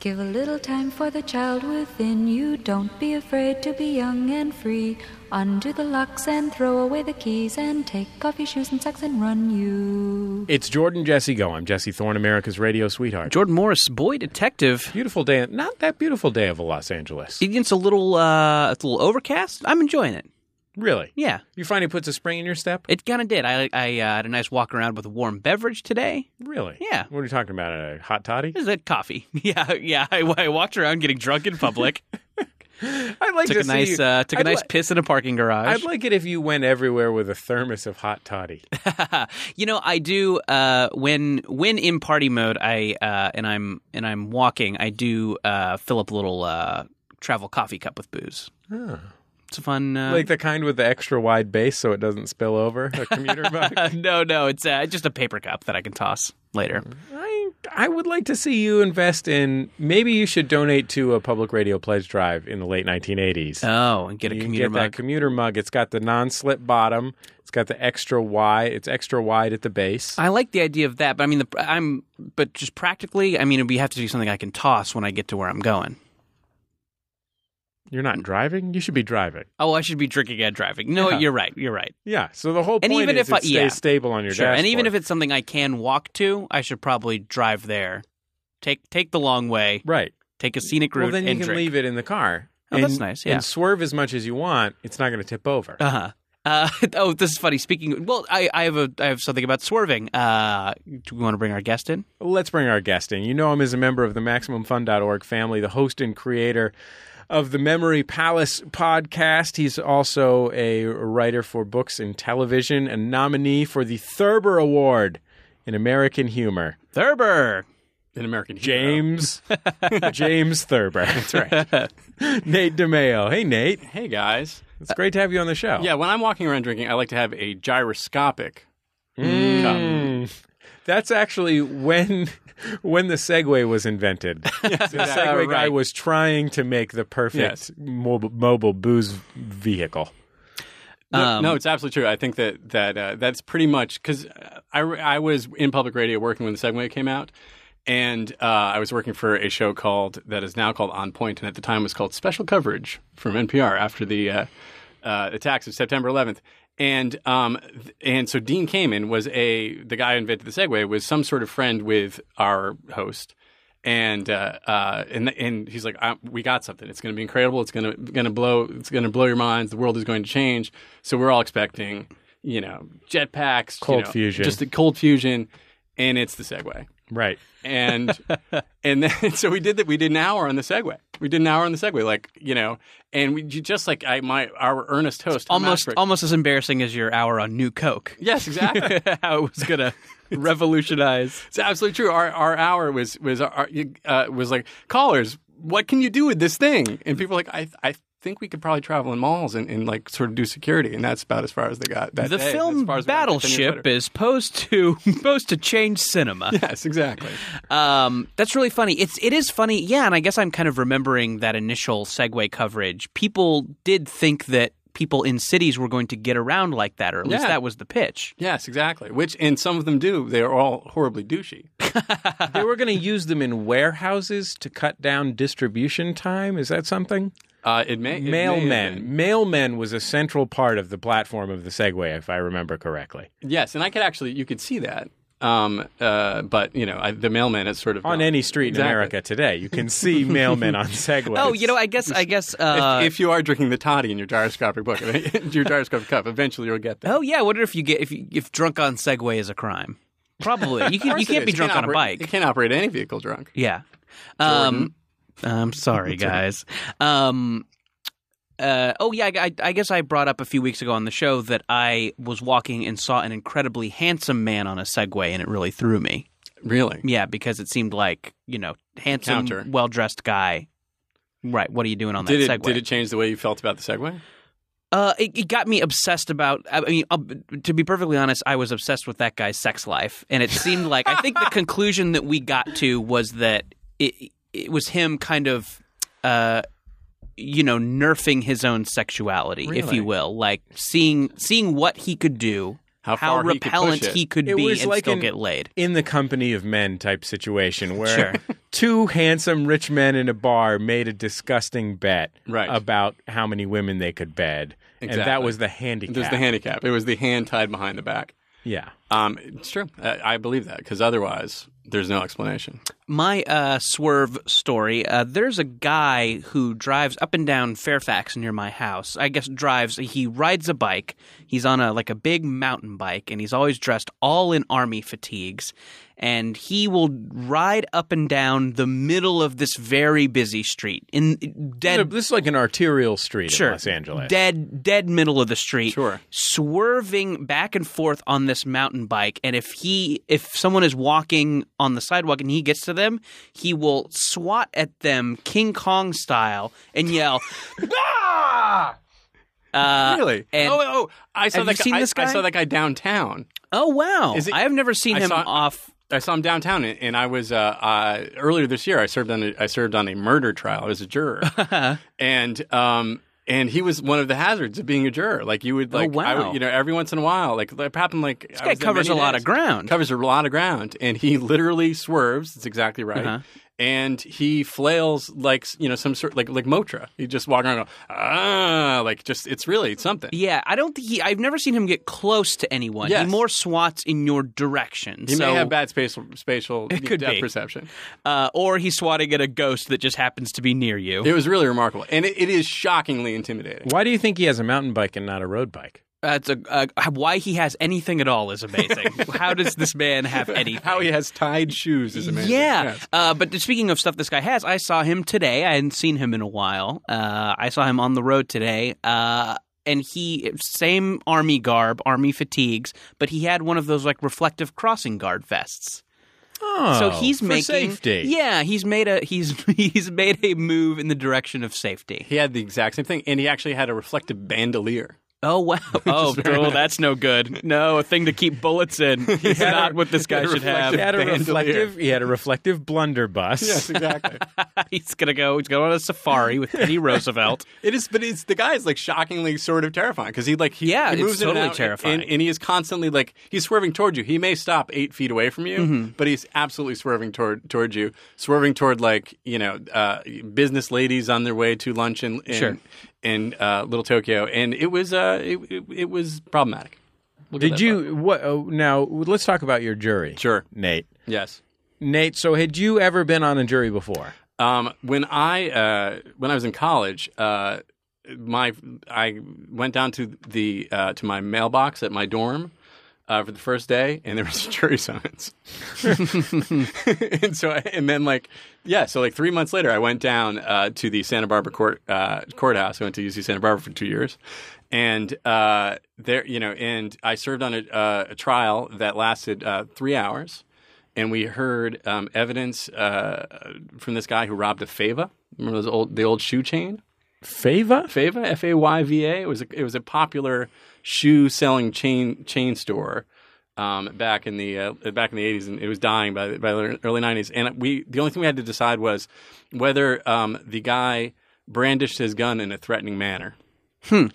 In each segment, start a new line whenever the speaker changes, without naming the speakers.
Give a little time for the child within you. Don't be afraid to be young and free. Undo the locks and throw away the keys and take off your shoes and socks and run you.
It's Jordan Jesse Go. I'm Jesse Thorne, America's radio sweetheart.
Jordan Morris, boy detective.
Beautiful day, not that beautiful day of Los Angeles.
It's a little, uh, it's a little overcast. I'm enjoying it.
Really?
Yeah,
You find he puts a spring in your step?
it kind of did. I, I uh, had a nice walk around with a warm beverage today.
Really?
Yeah.
What are you talking about? A hot toddy?
Is that coffee? Yeah, yeah. I, I walked around getting drunk in public.
I'd like
took a
see
nice,
you-
uh, took a
I'd
nice
li-
piss in a parking garage.
I'd like it if you went everywhere with a thermos of hot toddy.
you know, I do uh, when when in party mode. I uh, and I'm and I'm walking. I do uh, fill up a little uh, travel coffee cup with booze. It's a fun. Uh,
like the kind with the extra wide base so it doesn't spill over a commuter bike.
no, no, it's uh, just a paper cup that I can toss later.
Mm-hmm. I, I would like to see you invest in maybe you should donate to a public radio pledge drive in the late 1980s.
Oh, and get a
you can
commuter
get
mug.
that commuter mug. It's got the non-slip bottom. It's got the extra wide. It's extra wide at the base.
I like the idea of that, but I mean, the, I'm but just practically, I mean, we have to do something I can toss when I get to where I'm going.
You're not driving. You should be driving.
Oh, I should be drinking and driving. No,
Yeah.
you're right. You're right.
Yeah. So the whole
And
point
even
is
if I-
it stays
yeah.
stable on your
sure.
dashboard.
And even if it's something I can walk to, I should probably drive there. Take take the long way.
right,
Take a scenic route.
well then you
and
can leave it in the car.
Oh,
and,
that's nice, yeah.
And swerve as much as you want. It's not going to tip over.
Uh huh. Uh, oh, this is funny. Speaking. Well, I, I have a I have something about swerving. Uh, do we want to bring our guest in?
Let's bring our guest in. You know him as a member of the MaximumFun.org family, the host and creator of the Memory Palace podcast. He's also a writer for books and television, a nominee for the Thurber Award in American Humor.
Thurber.
An American hero.
James James Thurber. That's right. Nate DeMeo. Hey Nate.
Hey guys.
It's great to have you on the show.
Yeah, when I'm walking around drinking, I like to have a gyroscopic.
Mm. That's actually when when the Segway was invented. The Segway guy
Uh, right.
was trying to make the perfect
Yes.
mobile, mobile booze vehicle.
No,
Um,
no, it's absolutely true. I think that that uh, that's pretty much because I, re- I was in public radio working when the Segway came out, and uh, I was working for a show called that is now called On Point, and at the time was called Special Coverage from NPR after the uh, uh, attacks of September 11th. And um th- and so Dean Kamen was a the guy who invented the Segway was some sort of friend with our host, and uh, uh, and and he's like, I, "We got something. It's going to be incredible. It's going to going to blow. It's going to blow your minds. The world is going to change." So we're all expecting, you know, jetpacks, you
Cold
know,
fusion.
just the cold fusion, and it's the Segway.
Right.
And and then so we did that. We did an hour on the Segway. We did an hour on the Segway, like you know, and we you just like I my our earnest host Tom
Almost
Asperick-
almost as embarrassing as your hour on New Coke.
Yes, exactly.
How it was gonna revolutionize.
It's absolutely true. Our our hour was was our, uh, was like callers. What can you do with this thing? And people were like I I think we could probably travel in malls and, and like sort of do security. And that's about as far as they got. That
the
day,
film
as far as we got 10 years
Battleship
later.
is supposed to supposed to change cinema.
Yes, exactly.
Um, that's really funny. It's it is funny, yeah. And I guess I'm kind of remembering that initial Segway coverage. People did think that people in cities were going to get around like that, or at least
Yeah.
that was the pitch.
Yes, exactly. Which and some of them do. They are all horribly douchey.
they were going to use them in warehouses to cut down distribution time. Is that something?
Uh, it may it may have been.
Mailmen. Mailmen was a central part of the platform of the Segway, if I remember correctly.
Yes, and I could actually you could see that. Um, uh, but you know, I, the mailman is sort of
On
gone.
any street
Exactly.
in America today, you can see mailmen on Segways.
Oh, you know, I guess I guess. Uh,
if you are drinking the toddy in your gyroscopic book, your gyroscopic cup, eventually you'll get there.
oh yeah, I wonder if you get if you, if drunk on Segway is a crime. Probably you can, you
course it
can't
is.
be drunk on a
operate-
bike.
You can't operate any vehicle drunk.
Yeah. Um, I'm sorry, guys. Um, uh, oh yeah, I, I guess I brought up a few weeks ago on the show that I was walking and saw an incredibly handsome man on a Segway, and it really threw me.
Really?
Yeah, because it seemed like you know,
Encounter.
handsome, well dressed guy. Right. What are you doing on
Did
that
it
Segway?
did it change the way you felt about the Segway?
Uh, it, it got me obsessed about. I mean, uh, to be perfectly honest, I was obsessed with that guy's sex life, and it seemed like I think the conclusion that we got to was that it it was him kind of, uh, you know, nerfing his own sexuality, if
Really?
you will, like seeing seeing what he could do.
how,
how
far he could push
repellent
it.
he could
It
be and
was like
still
an-
get laid.
in the company of men type situation where two handsome rich men in a bar made a disgusting bet
Right.
about how many women they could bed. And that
Exactly.
was the handicap.
There's the handicap. It was the hand tied behind the back.
yeah.
Um, it's true. I, I believe that because otherwise, there's no explanation.
my uh, swerve story uh, there's a guy who drives up and down fairfax near my house i guess drives he rides a bike he's on a like a big mountain bike and he's always dressed all in army fatigues and he will ride up and down the middle of this very busy street in dead
This is like an arterial street
Sure.
in Los Angeles.
Dead, dead middle of the street.
Sure.
Swerving back and forth on this mountain bike, and if he, if someone is walking on the sidewalk and he gets to them, he will swat at them King Kong style and yell. ah! Uh,
really?
and-
oh, oh, I saw
Have
that.
you seen
I,
this
I
guy?
saw that guy downtown.
oh wow!
Is it-
I have never seen
I
him
saw-
off.
I saw him downtown, and and I was uh, uh, earlier this year. I served on a, I served on a murder trial. I was a juror, and um, and he was one of the hazards of being a juror. Like you would
Oh,
like, I would-
wow.
you know, every once in a while, like it happened. Like this
guy covers a lot of ground.
Covers a lot of ground, and he literally swerves. That's exactly right.
Uh-huh.
And he flails like you know some sort like like Motra. He just walk around, and go, ah, like just it's really something.
Yeah, I don't think he. I've never seen him get close to anyone.
Yes.
He more swats in your direction.
He
so,
may have bad spatial spatial
could
depth
be.
perception.
uh, or he's swatting at a ghost that just happens to be near you.
It was really remarkable, and it, it is shockingly intimidating.
Why do you think he has a mountain bike and not a road bike?
That's a, uh, why he has anything at all is amazing. How does this man have anything?
How he has tied shoes is amazing.
yeah,
Yes.
uh, but speaking of stuff this guy has, I saw him today. I hadn't seen him in a while. Uh, I saw him on the road today, uh, and he same army garb, army fatigues, but he had one of those like reflective crossing guard vests.
Oh,
so he's
for
making
safety.
Yeah, he's made a he's he's made a move in the direction of safety.
He had the exact same thing, and he actually had a reflective bandolier.
Oh wow! Oh, oh, that's no good. No, a thing to keep bullets in. He's
had a-
not what this guy
a
should have.
He had a
Bandolier.
reflective. He had a reflective blunderbuss.
exactly.
he's gonna go. He's going on a safari with Teddy Roosevelt.
it is, but it's the guy is like shockingly sort of terrifying because he like he,
Yeah,
he
it's
moves in and
totally
out,
terrifying.
and, and he is constantly like he's swerving toward you. He may stop eight feet away from you,
Mm-hmm.
but he's absolutely swerving toward toward you, swerving toward like you know uh, business ladies on their way to lunch in in,
Sure.
in uh, Little Tokyo, and it was uh, it, it, it was problematic. We'll get
Did
that far.
you what? Oh, now let's talk about your jury.
Sure.
Nate.
Yes.
Nate. So had you ever been on a jury before?
Um, when I uh, when I was in college, uh, my I went down to the uh, to my mailbox at my dorm uh, for the first day, and there was a jury summons. and so, I, and then like yeah, so like three months later, I went down uh, to the Santa Barbara court uh, courthouse. I went to UC Santa Barbara for two years, and uh, there you know, and I served on a, uh, a trial that lasted uh, three hours and we heard um, evidence uh, from this guy who robbed a fava. Remember those old the old shoe chain?
Fava.
Fava, F A Y V A. It was a, it was a popular shoe selling chain chain store um, back in the uh, back in the eighties, and it was dying by the, by the early nineties. And we the only thing we had to decide was whether um, the guy brandished his gun in a threatening manner.
Hmm.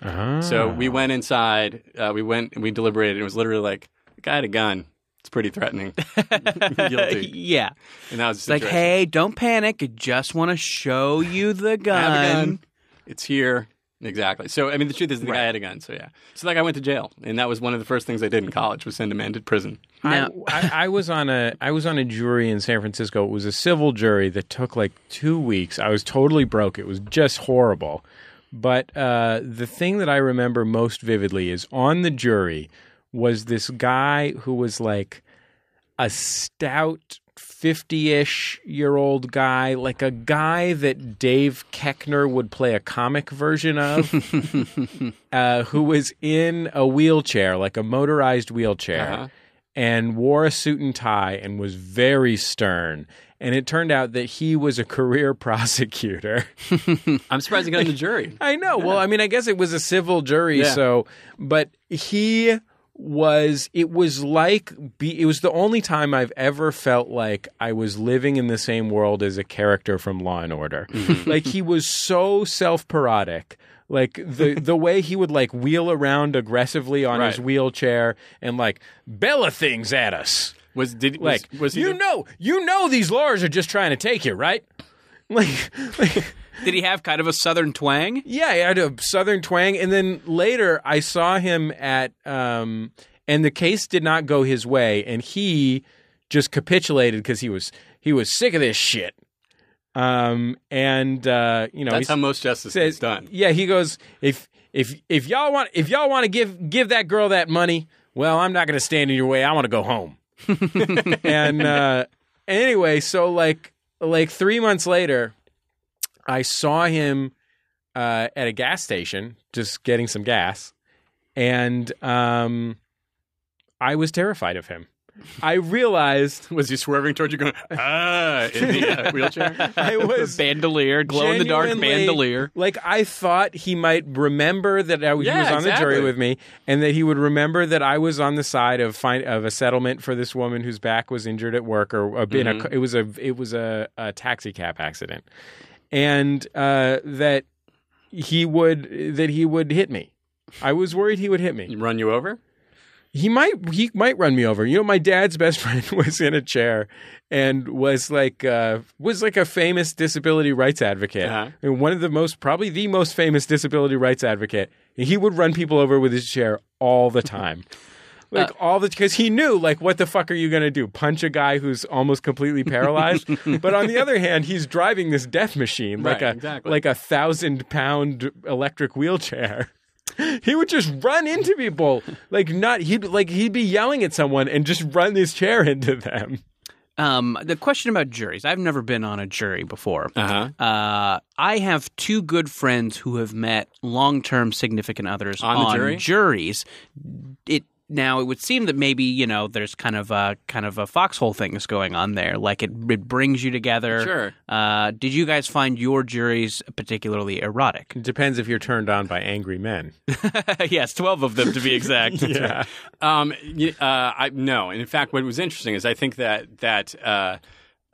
So
Ah.
we went inside. Uh, we went. and We deliberated. It was literally like the guy had a gun. It's pretty threatening. Guilty.
yeah,
And that was
it's like, hey, don't panic. I just want to show you the
I
gun.
have a gun. It's here. Exactly. So, I mean, the truth is, the guy had a gun. So, yeah. So, like, I went to jail, and that was one of the first things I did in college was send a man to prison.
Now,
I, I was on a I was on a jury in San Francisco. It was a civil jury that took like two weeks. I was totally broke. It was just horrible. But uh, the thing that I remember most vividly is on the jury was this guy who was like a stout 50-ish year old guy like a guy that dave keckner would play a comic version of uh, who was in a wheelchair like a motorized wheelchair
Uh-huh.
and wore a suit and tie and was very stern and it turned out that he was a career prosecutor
I'm surprised he got on the jury.
I know. Well, I mean, I guess it was a civil jury,
Yeah.
so but he was it was like be, it was the only time I've ever felt like I was living in the
Mm-hmm.
same world as a character from Law and Order. like he was so self-parodic. Like the the way he would like wheel around aggressively on his
Right.
wheelchair and like bella things at us.
Was did was-
Like
was, he
you
the-
know you know these lawyers are just trying to take you, right? Like, like
Did he have kind of a southern twang?
yeah, he had a southern twang, and then later I saw him at, um, and the case did not go his way, and he just capitulated because he was he was sick of this shit. Um, and uh, you know,
That's
he
how most justice
says,
is done.
yeah, he goes if if if y'all want if y'all want to give give that girl that money, well, I'm not going to stand in your way. I want to go home. and uh, anyway, so like like three months later, I saw him uh, at a gas station just getting some gas, and um, I was terrified of him. I realized
Was he swerving towards you, going ah in the uh, wheelchair?
I was
bandolier, glow in the dark
genuinely-
bandolier.
Like I thought he might remember that I, he
Yeah,
was on the jury
exactly.
with me, and that he would remember that I was on the side of find, of a settlement for this woman whose back was injured at work or uh, in
Mm-hmm.
a, it was a it was a, a taxi cab accident, and uh, that he would that he would hit me. I was worried he would hit me.
Run you over?
He might he might run me over. You know, my dad's best friend was in a chair and was like uh, was like a famous disability rights advocate.
Uh-huh.
And one of the most probably the most famous disability rights advocate. And He would run people over with his chair all the time. Like all the because he knew like what the fuck are you gonna do punch a guy who's almost completely paralyzed but on the other hand he's driving this death machine like
Right,
a
exactly.
like a thousand pound electric wheelchair he would just run into people like not he'd like he'd be yelling at someone and just run his chair into them
Um, the question about juries. I've never been on a jury before.
Uh-huh.
Uh, I have two good friends who have met long-term significant others
On the jury?
juries. It now it would seem that maybe you know there's kind of a kind of a foxhole thing that's going on there. Like it, it brings you together.
Sure.
Uh, did you guys find your juries particularly erotic?
depends if you're turned on by angry men
yes, twelve of them to be exact.
yeah
Um, y- uh, I no. And in fact, what was interesting is I think that that uh,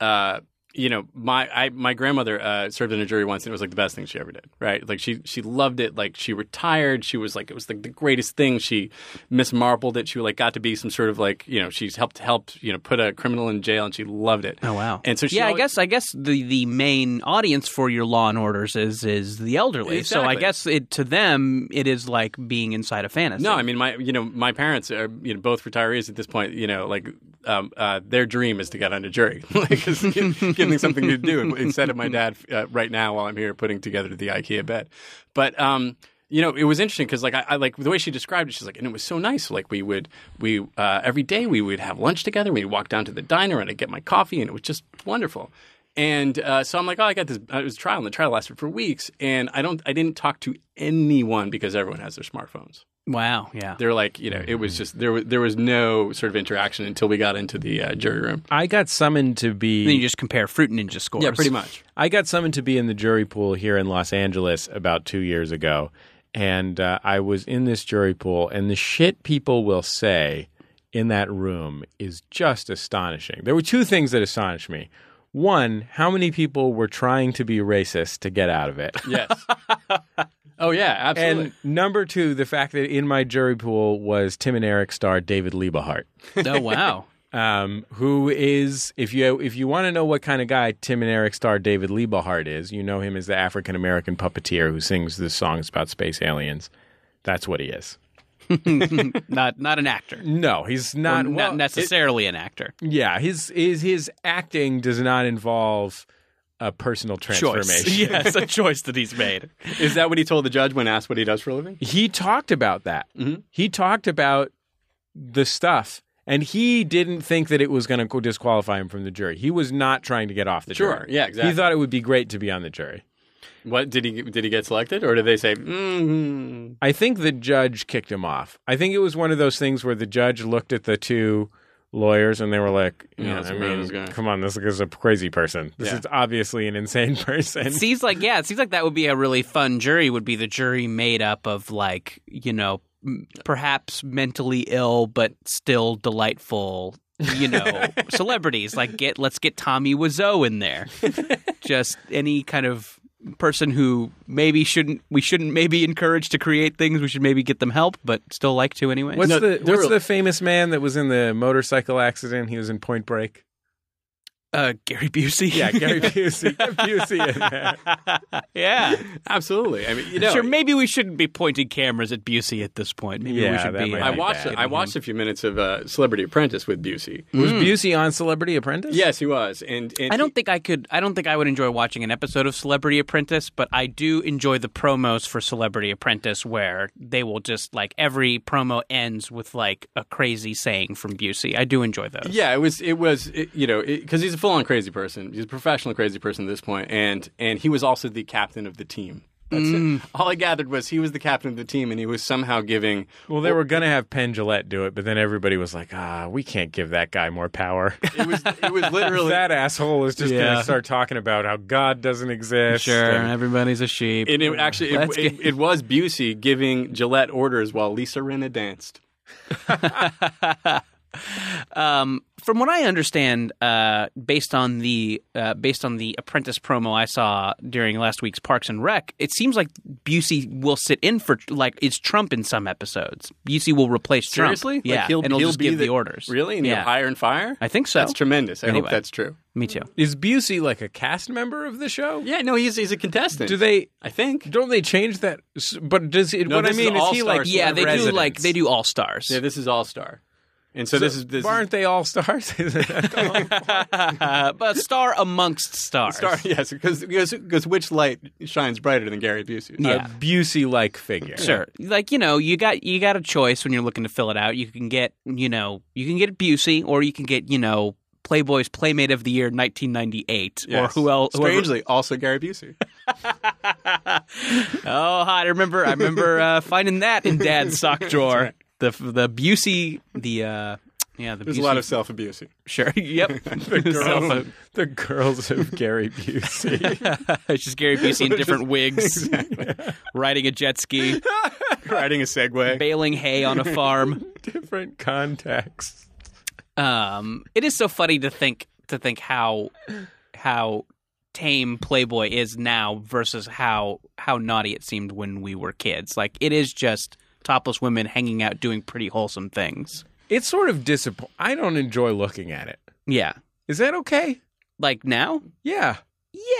uh, you know, my I my grandmother uh, served in a jury once, and it was like the best thing she ever did. Right? Like she she loved it. Like she retired. She was like it was like the greatest thing. She Miss Marpled it. She like got to be some sort of like you know she's helped helped you know put a criminal in jail, and she loved it.
Oh wow!
And so she
yeah,
always-
I guess I guess the, the main audience for your Law and Orders is is the elderly. So I
Exactly.
guess it to them it is like being inside a fantasy.
No, I mean my you know my parents are you know both retirees at this point. You know, like um, uh, their dream is to get on a jury, like is give, giving them something to do instead of my dad uh, right now while I'm here putting together the IKEA bed. But um, you know, it was interesting because like I, I like the way she described it. She's like, and it was so nice. Like we would we uh, every day we would have lunch together. We'd walk down to the diner and I'd get my coffee, and it was just wonderful. And uh, so I'm like, oh, I got this. uh, It was a trial, and the trial lasted for weeks. And I don't, I didn't talk to anyone because everyone has their smartphones
wow, yeah.
they're like you know it
Mm-hmm.
was just there was there was no sort of interaction until we got into the uh, jury room
i got summoned to be
then you just compare Fruit Ninja scores.
much
I got summoned to be in the jury pool here in Los Angeles about two years ago. And uh, I was in this jury pool, and the shit people will say in that room is just astonishing. There were two things that astonished me. One, how many people were trying to be racist to get out of it?
yes oh yeah absolutely
And number two, the fact that in my jury pool was Tim and Eric star David Liebehart
Oh wow.
um, who is if you if you want to know what kind of guy Tim and Eric star David Liebehart is, you know him as the African American puppeteer who sings the songs about space aliens. That's what he is.
not not an actor.
No, he's not.
not
well,
necessarily an actor.
it- yeah, his is his acting does not involve a personal transformation.
yes, a choice that he's made.
is that what he told the judge when asked what he does for a living
he talked about that.
Mm-hmm.
He talked about the stuff, and he didn't think that it was going to disqualify him from the jury. He was not trying to get off the
Sure.
jury.
Yeah, exactly.
He thought it would be great to be on the jury.
what did he did he get selected or did they say mm
I think the judge kicked him off. I think it was one of those things where the judge looked at the two lawyers and they were like, you
Yeah,
know,
that's
I
a really this
mean,
guy.
come on, this is a crazy person. This
Yeah.
is obviously an insane person.
It seems like yeah, it seems like that would be a really fun jury. Would be the jury made up of like you know m- perhaps mentally ill but still delightful you know celebrities like get let's get Tommy Wiseau in there, just any kind of person who maybe shouldn't we shouldn't maybe encourage to create things. We should maybe get them help, but still like to anyway.
What's
No,
the
they're
What's
real-
the famous man that was in the motorcycle accident? He was in Point Break.
uh, Gary Busey?
Yeah, Gary Busey. Get Busey in there.
yeah.
Absolutely. I mean, you know,
sure. Maybe we shouldn't be pointing cameras at Busey at this point. Maybe
Yeah,
we should
that
be.
might
I
be
watched
bad.
I watched a few minutes of uh, Celebrity Apprentice with Busey.
Was Busey on Celebrity Apprentice?
Yes, he was. And, and
Mm-hmm. I
he-
don't think I could. I don't think I would enjoy watching an episode of Celebrity Apprentice, but I do enjoy the promos for Celebrity Apprentice, where they will just like every promo ends with like a crazy saying from Busey. I do enjoy those.
Yeah, it was. It was. It, you know, because he's a full-on crazy person. He's a professional crazy person at this point, and and he was also the captain of the team. That's
Mm.
it. All I gathered was he was the captain of the team, and he was somehow giving.
Well, they were going to have Penn Jillette do it, but then everybody was like, ah, we can't give that guy more power.
It was. It was literally.
that asshole is just going
Yeah.
to start talking about how God doesn't exist. and-
everybody's a sheep.
and it actually it,
Let's
it,
get-
it was Busey giving Gillette orders while Lisa Rinna danced.
um, from what I understand, uh, based on the uh, based on the Apprentice promo I saw during last week's Parks and Rec, it seems like Busey will sit in for like it's Trump in some episodes. Busey will replace
Seriously,
Trump. Yeah,
like he'll,
and he'll,
he'll
just
be
give the, orders.
Really, and
yeah,
he'll hire and fire.
I think so.
That's tremendous. I
Anyway.
hope that's true.
Me too.
Is Busey like a cast member of the show?
Yeah, no, he's he's a contestant.
Do they
I think.
don't they change that? S- But does it?
No,
what I
this is
mean is, he
All-Stars
like?
Celebrity
Yeah, they do
residents?
like they do all stars.
Yeah, this is All Star, and so, this is this is,
aren't they all stars?
Uh, but star amongst stars.
Star, yes, because because which light shines brighter than Gary Busey? Uh,
Yeah.
A Busey-like figure.
Sure. Like, you know, you got you got a choice when you're looking to fill it out. You can get, you know, you can get Busey or you can get, you know, Playboy's Playmate of the Year 1998
Yes.
or who else
Strangely, also Gary Busey.
Oh, hot. I remember I remember uh, finding that in dad's sock drawer. The the Busey the uh yeah, the
There's
Busey
a lot of self abuse.
sure. Yep.
Girls, the girls of Gary Busey.
it's just Gary Busey in different wigs, riding a jet ski,
Riding a Segway.
baling hay on a farm.
Different contexts.
um, it is so funny to think to think how how tame Playboy is now versus how how naughty it seemed when we were kids. Like it is just topless women hanging out doing pretty wholesome things.
It's sort of disappointing. I don't enjoy looking at it.
Yeah,
Is that okay?
like now.
Yeah.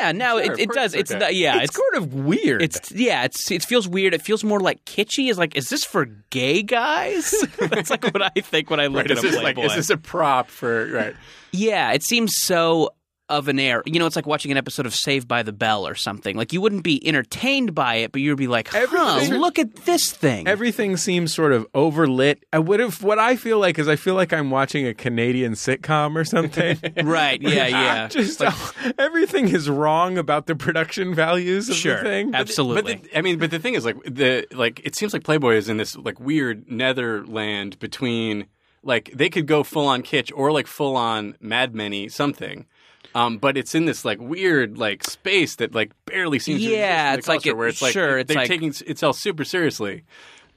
Yeah, now
Sure,
it,
of
it
course
does.
it's
It's
okay.
not- yeah,
it's,
it's
sort of weird.
it's yeah, it's it feels weird. It feels more like kitschy. Is like, is this for gay guys? That's like what I think when I look
Right,
at
is
a
this
Playboy.
like is this a prop for right?
Yeah, it seems so of an air. You know, it's like watching an episode of Saved by the Bell or something. Like you wouldn't be entertained by it, but you'd be like, "Huh,
Everything-
look at this thing."
Everything seems sort of overlit. I would have what I feel like is I feel like I'm watching a Canadian sitcom or something.
right? Yeah, yeah.
Just everything is wrong about the production values of
Sure,
the thing.
absolutely.
But the, I mean, but the thing is, like the like, it seems like Playboy is in this like weird netherland between like they could go full on kitsch or like full on Mad Men something. Um, but it's in this like weird like space that like barely seems to
Yeah,
exist in the
it's like
culture,
it-
where it's like
sure, it's
they're
like-
taking s- itself super seriously.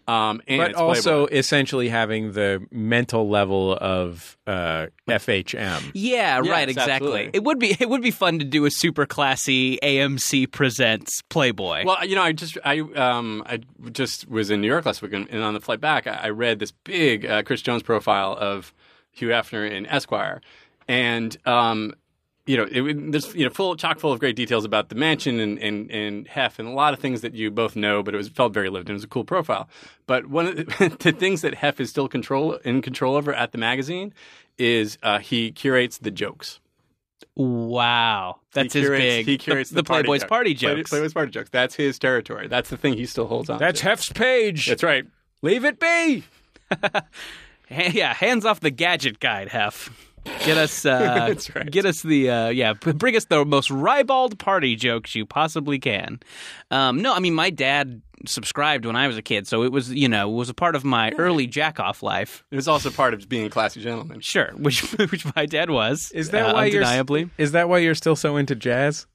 Um, and
But
it's
also
Playboy.
essentially having the mental level of uh, FHM.
yeah,
Yes,
right. Exactly.
absolutely.
It would be it would be fun to do a super classy AMC presents Playboy.
Well, you know, I just I um I just was in New York last week, and, and on the flight back, I, I read this big uh, Chris Jones profile of Hugh Hefner in Esquire, and um. You know, it, there's you know full chock full of great details about the mansion and and and Hef and a lot of things that you both know, but it was felt very lived and it was a cool profile. But one of the, the things that Hef is still control in control over at the magazine is uh, he curates the jokes.
wow, that's
he
his
curates,
big.
He curates the,
the, Playboy's
joke.
party
Play-
jokes.
Playboy's party jokes. That's his territory. That's the thing he still holds on.
That's
to.
Hef's page.
That's right.
Leave it be.
Ha- yeah, hands off the gadget guide, Hef. Get us, uh,
That's right.
get us the uh, yeah. b- Bring us the most ribald party jokes you possibly can. Um, no, I mean my dad subscribed when I was a kid, so it was you know it was a part of my early jack off life.
It was also part of being a classy gentleman.
Sure, which which my dad was.
Is that
uh,
why
undeniably?
you're is that why you're still so into jazz?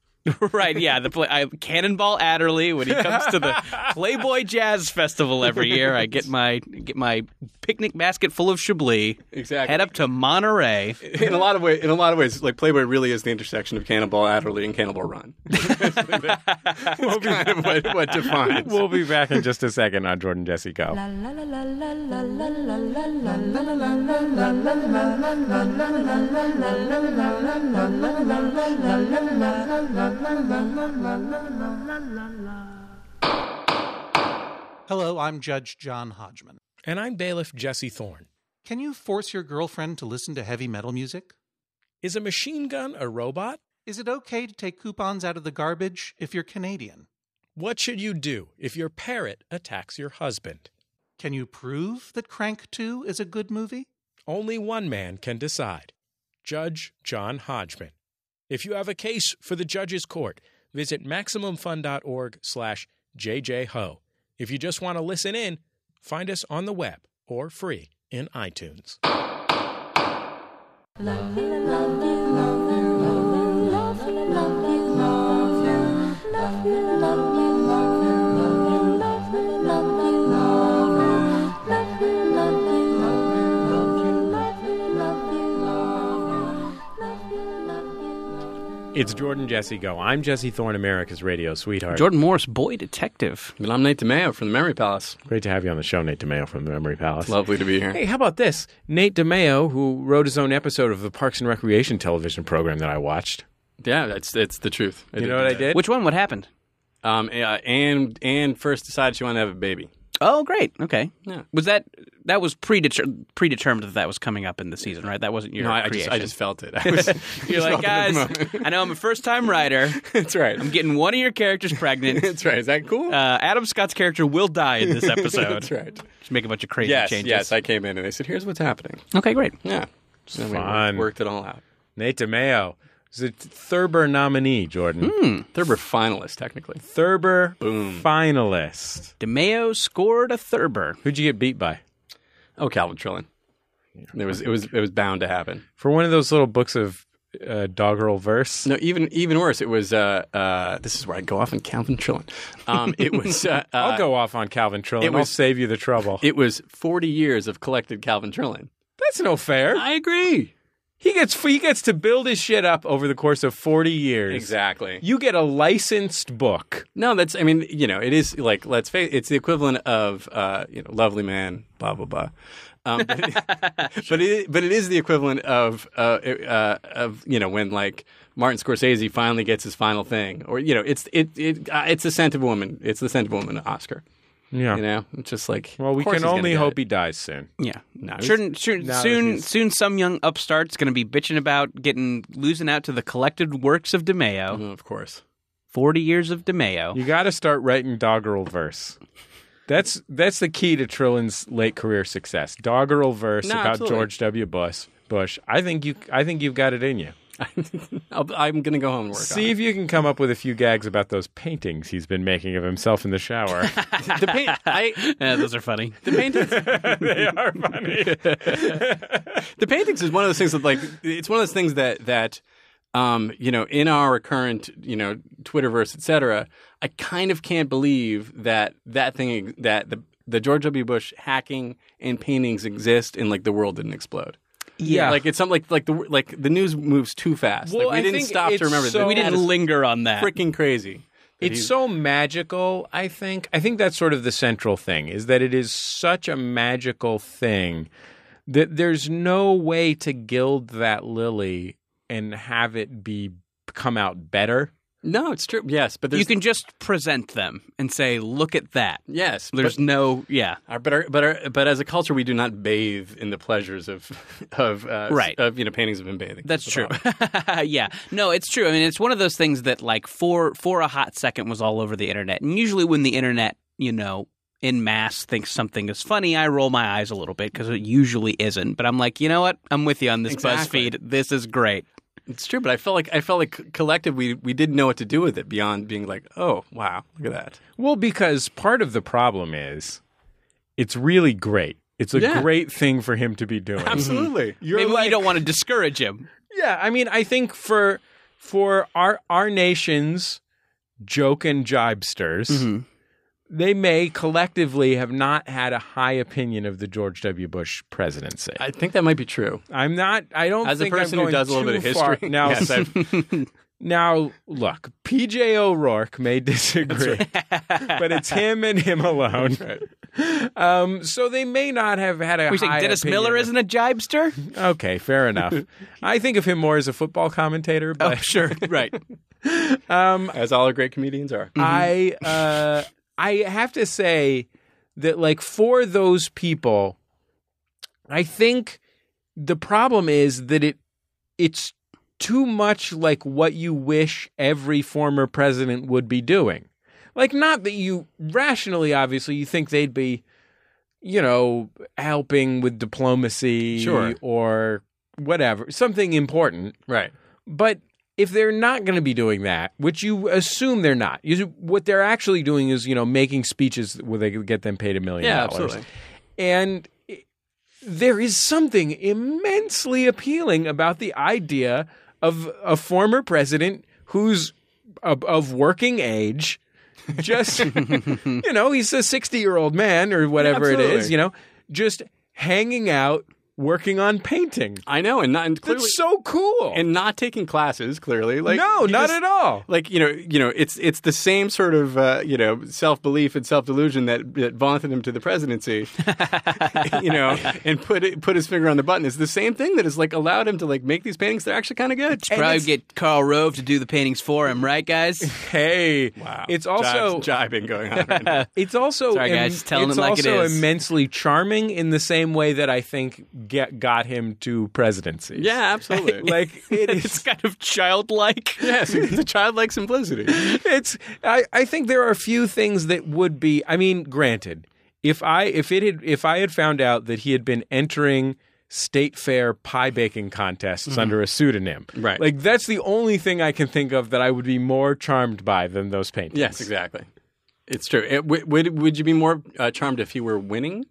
right, yeah, the play, I, Cannonball Adderley when he comes to the Playboy Jazz Festival every year. I get my get my picnic basket full of Chablis.
Exactly.
Head up to Monterey.
in a lot of way, in a lot of ways, like Playboy really is the intersection of Cannonball Adderley and Cannonball Run. That's kind of what, what defines.
We'll be back in just a second on Jordan Jesse Go.
La la la la la la la la la la la la la la la
Hello, I'm Judge John Hodgman.
And I'm bailiff Jesse Thorne.
Can you force your girlfriend to listen to heavy metal music?
Is a machine gun a robot?
Is it okay to take coupons out of the garbage if you're Canadian?
What should you do if your parrot attacks your husband?
Can you prove that Crank 2 is a good movie?
Only one man can decide Judge John Hodgman. If you have a case for the judge's court, visit MaximumFun.org slash JJHo. If you just want to listen in, find us on the web or free in iTunes.
It's Jordan Jesse Go. I'm Jesse Thorne, America's radio sweetheart.
Jordan Morris, boy detective.
But I'm Nate DeMeo from the Memory Palace.
Great to have you on the show, Nate DeMeo from the Memory Palace.
It's lovely to be here.
Hey, how about this? Nate DeMeo, who wrote his own episode of the Parks and Recreation television program that I watched.
Yeah, that's it's the truth.
You know what I did?
Which one? What happened?
Um, yeah, and and first decided she wanted to have a baby.
Oh, great. Okay.
Yeah.
Was that that was predeter- predetermined that that was coming up in the season, right? That wasn't your
No, I, I just
creation.
I just felt it. I was,
You're like,
felt it at
guys,
the moment."
I know I'm a first time writer.
that's right.
I'm getting one of your characters pregnant.
That's right. Is that cool?
Uh, Adam Scott's character will die in this episode.
that's right.
Just make a bunch of crazy
Yes,
changes.
yes. I came in and they said, "Here's what's happening."
okay, great.
Yeah, So we
fun.
worked, worked it all out.
Nate DeMeo is a Thurber nominee, Jordan.
Third were finalists technically.
Thurber finalist.
DeMeo scored a Thurber.
Who'd you get beat by?
Oh, Calvin Trillin. It was it was it was bound to happen.
For one of those little books of uh, doggerel verse.
No, even even worse. It was. Uh, uh, this is where I go off on Calvin Trillin. Um, it was. Uh,
I'll
uh,
go off on Calvin Trillin.
it
I'll
was-
save you the trouble.
It was forty years of collected Calvin Trillin.
That's no fair.
I agree.
He gets he gets to build his shit up over the course of 40 years.
Exactly.
You get a licensed book.
No, that's. I mean, you know, it is like let's face. It's the equivalent of uh, you know, lovely man, blah blah blah. Um, but, it, but it but it is the equivalent of uh, it- uh, of you know when like Martin Scorsese finally gets his final thing, or you know, it's it it uh, it's the scent of woman. It's the scent of woman Oscar.
Yeah.
You know, it's just like
well,
of
we
course
can
he's gonna
only
get
hope
it.
he dies soon.
Yeah.
No, he's-
Soon, soon,
no,
soon,
he's-
soon, some young upstart's going to be bitching about getting losing out to the collected works of DeMeo.
Oh, of course.
Forty years of DeMeo.
You got to start writing doggerel verse. That's that's the key to Trillin's late career success. Doggerel verse
No,
about
absolutely.
George W. Bush. Bush. I think you. I think you've got it in you.
I'll, I'm going to go home and work
See
on
if you can come up with a few gags about those paintings he's been making of himself in the shower.
it. The, paint, I,
Yeah, those are funny.
the, paintings,
they are funny.
the paintings is one of those things that, like, it's one of those things that, that um, you know, in our current, you know, Twitterverse, et cetera, I kind of can't believe that that thing, that the, the George W. Bush hacking and paintings exist and, like, the world didn't explode.
Yeah.
Like, it's something like, like, the, like the news moves too fast.
Well,
like, we
I
didn't
think
stop
it's
to remember
so-
that.
We
That
didn't linger on that.
freaking crazy.
It's so magical, I think. I think that's sort of the central thing is that it is such a magical thing that there's no way to gild that lily and have it be come out better.
No, it's true. Yes, but there's
you can just present them and say, "Look at that."
yes, but-
There's no, yeah.
Our, but our, but our, but as a culture, we do not bathe in the pleasures of of uh,
Right.
of you know paintings of him bathing.
That's
the
true.
problem.
yeah. No, it's true. I mean, it's one of those things that like for for a hot second was all over the internet. And usually when the internet, you know, in mass thinks something is funny, I roll my eyes a little bit because it usually isn't. But I'm like, you know what? I'm with you on this
Exactly.
BuzzFeed. This is great.
It's true. But I felt like I felt like collectively we didn't know what to do with it beyond being like, oh wow, look at that. Mm-hmm.
Well, because part of the problem is it's really great. It's a
Yeah.
great thing for him to be doing.
Absolutely.
You're
Maybe
like-
we don't want to discourage him.
Yeah, I mean, I think for for our our nation's joke and jibesters,
Mhm.
they may collectively have not had a high opinion of the George W. Bush presidency.
I think that might be true.
I'm not. I don't.
As a
think I'm
person who
going
does a little bit of
too far-
history,
now,
yes, I've-
now look, PJ O'Rourke may disagree, but it's him and him alone. Um, so they may not have had a.
We think
high
Dennis
opinion
Miller
of-
isn't a jibester?
okay. Fair enough. I think of him more as a football commentator,
Oh,
but
sure.
right. Um, As all our great comedians are.
I uh, I have to say that like for those people, I think the problem is that it it's too much like what you wish every former president would be doing. Like not that you rationally obviously you think they'd be you know helping with diplomacy
Sure.
or whatever, something important.
Right.
But if they're not going to be doing that, which you assume they're not, you, what they're actually doing is you know making speeches where they could get them paid a million
Yeah,
dollars.
absolutely.
And i- there is something immensely appealing about the idea of a former president who's of, of working age. Just you know, he's a sixty-year-old man or whatever it is.
absolutely.
You know, just hanging out, working on painting.
I know, and not and clearly,
That's so cool.
and not taking classes. Clearly, like
no,
you
not
just-
at all.
Like you know, you know, it's it's the same sort of uh, you know self belief and self delusion that, that vaunted him to the presidency, you know, and put it, put his finger on the button. It's the same thing that has like allowed him to like make these paintings. They're actually kind of good.
Probably get Carl Rove to do the paintings for him, right, guys?
Hey, it's also
Jive- jibing going on. Right now.
it's also
Sorry, guys, just telling
it's
it like it
also
is.
immensely charming in the same way that I think get, got him to presidency.
yeah, absolutely.
like it is.
it's kind of childlike.
yes, it's a childlike simplicity.
It's I, I think there are few things that would be. I mean, granted, if I if it had if I had found out that he had been entering state fair pie baking contests under a pseudonym,
Mm-hmm. Right.
Like that's the only thing I can think of that I would be more charmed by than those paintings.
Yes, exactly. It's true. It, would- would would you be more uh, charmed if he were winning,